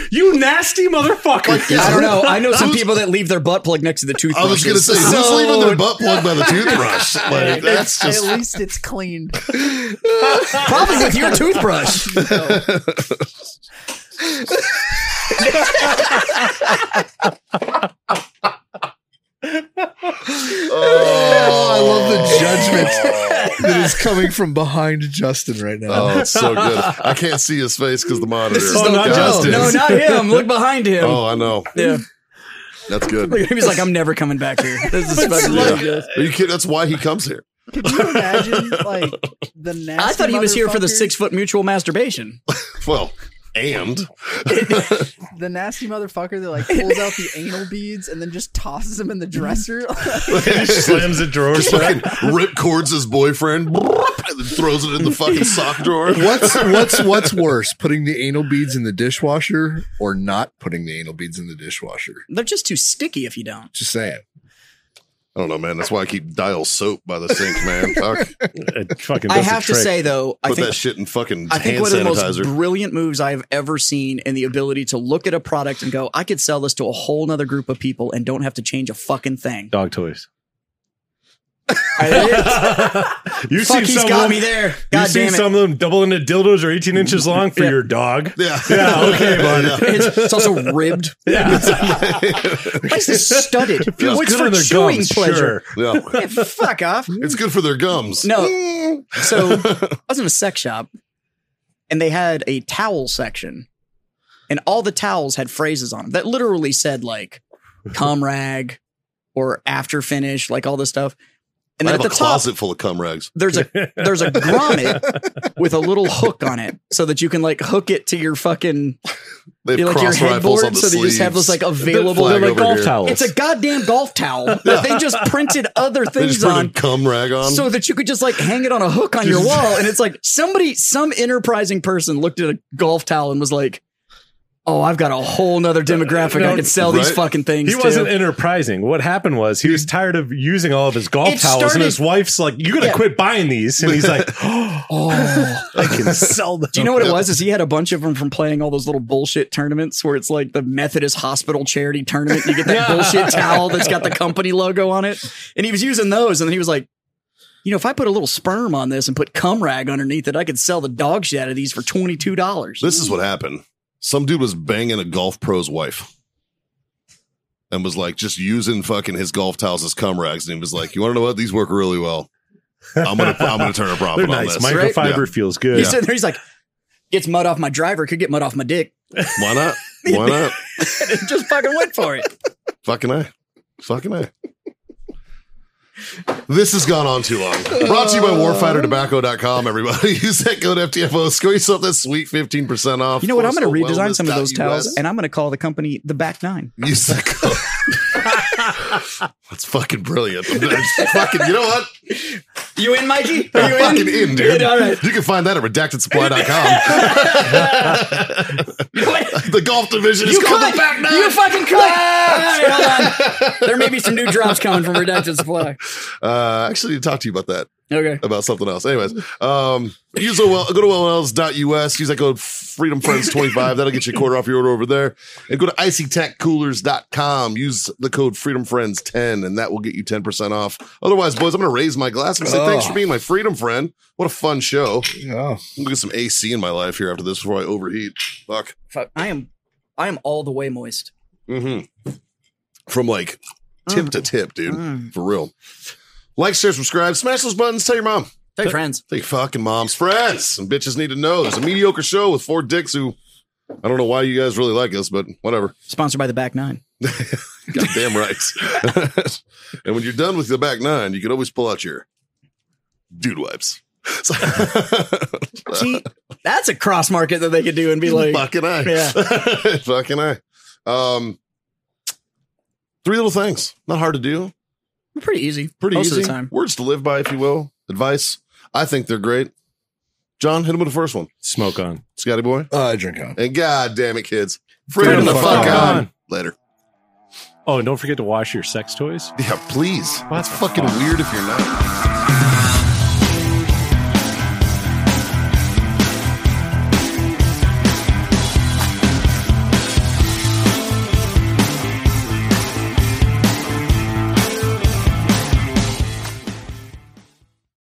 like, you nasty motherfucker. I don't know. I know some people that leave their butt plug next to the toothbrush. I was gonna say, who's leaving their butt plug by the toothbrush? Like that's just At least it's cleaned. probably with your toothbrush. Oh, I love the judgment that is coming from behind Justin right now. Oh, it's so good. I can't see his face because the monitor. is Oh, no not God Justin. damn. No, not him. Look behind him. Oh, I know. Yeah. That's good. He was like, I'm never coming back here. This is fucking Yeah. ridiculous. Are you kidding? That's why he comes here. Could you imagine like the nasty? I thought he was here for the motherfucker- six foot mutual masturbation. Well, and The nasty motherfucker that like pulls out the anal beads and then just tosses them in the dresser. slams the drawers fucking ripcords his boyfriend and then throws it in the fucking sock drawer. What's what's what's worse, putting the anal beads in the dishwasher or not putting the anal beads in the dishwasher? They're just too sticky if you don't. Just saying. I don't know, man. That's why I keep dial soap by the sink, man. Fuck. fucking, I that's a have to trick. say though, I Put think that shit in fucking I think hand one of the most sanitizer. brilliant moves I've ever seen in the ability to look at a product and go, I could sell this to a whole nother group of people and don't have to change a fucking thing. dog toys. I- You Fuck, see he's some got of me them, there. you God see damn it. some of them double into dildos are 18 inches long for your dog. yeah. Yeah, okay, bud. It's, it's also ribbed. Yeah. Why is this studded? It Feels good on their gums, sure. Yeah. Yeah, fuck off. It's good for their gums. Mm. No. So I was in a sex shop and they had a towel section. And all the towels had phrases on them that literally said like cum rag or after finish, like all this stuff. And I then have at the a top, closet full of cum rags. there's a there's a grommet with a little hook on it so that you can like hook it to your fucking like They have your cross rifles on headboard the so that you just have sleeves. this like The available flag They're like over golf here. towels. it's a goddamn golf towel that they just printed other They just things printed on cum rag Um, on. so that you could just like hang it on a hook on your wall. And it's like somebody, some enterprising person looked at a golf towel and was like, Oh, I've got a whole nother demographic I Uh, No, could sell these right? fucking things he wasn't to. enterprising. What happened was he was tired of using all of his golf It towels, and started- his wife's like, "You gotta Yeah. quit buying these." And he's like, "Oh, Oh. I can sell them." Do you know what it was? Is he had a bunch of them from playing all those little bullshit tournaments where it's like the Methodist Hospital charity tournament. You get that bullshit towel that's got the company logo on it, and he was using those. And then he was like, you know, if I put a little sperm on this and put cum rag underneath it, I could sell the dog shit out of these for twenty two dollars. This is what happened. Some dude was banging a golf pro's wife and was like just using fucking his golf towels as cum rags. And he was like, You want to know what? These work really well. I'm gonna I'm gonna turn a They're profit on nice. this. Microfiber Yeah. feels good. He's sitting there. He's like, gets mud off my driver. Could get mud off my dick. Why not? Why not? And it just fucking went for it. Fucking I. Fucking I. This has gone on too long. Brought to you by Uh. warfightertobacco.com, everybody. Use that code FTFO. Score yourself that sweet 15% off. You know what? I'm going to redesign some of those Wellness.us. towels, and I'm going to call the company the Back Nine. Use that code. That's fucking brilliant. I'm gonna just fucking, you know what? You in, Mikey? Are you in? fucking in, dude. All right. You can find that at redactedsupply.com. the golf division is You called cut! the back nine. You fucking cut! All right, hold on. There may be some new drops coming from Redacted Supply. uh, actually, I need to talk to you about that. Okay. about something else. Anyways, um, use the well, go to wells.us, use that code Freedom Friends 25 That'll get you a quarter off your order over there. And go to icytechcoolers.com. Use the code Freedom Friends 10 and that will get you 10% off. Otherwise, boys, I'm going to raise my glass and say thanks for being my freedom friend. What a fun show. Oh, I'm going to get some AC in my life here after this before I overheat. Fuck. Fuck, I am I am all the way moist. Mm-hmm. From like tip to tip, dude. Mm. For real. Like, share, subscribe, smash those buttons, tell your mom. Hey friends. They fucking mom's friends. Some bitches need to know. There's a mediocre show with four dicks who I don't know why you guys really like us, but whatever. Sponsored by the back nine. Goddamn right. and when you're done with the back nine, you can always pull out your dude wipes. So- See, that's a cross market that they could do and be like fucking I. Yeah. fucking I. Um, three little things. Not hard to do. pretty easy. Pretty most easy. of the time. Words to live by, if you will. Advice. I think they're great. John, hit him with the first one. Smoke on. Scotty boy. uh, drink on. And god damn it, kids. Freedom the fuck on. Later. Oh, and don't forget to wash your sex toys. Yeah, please. What That's the fucking fuck? weird if you're not.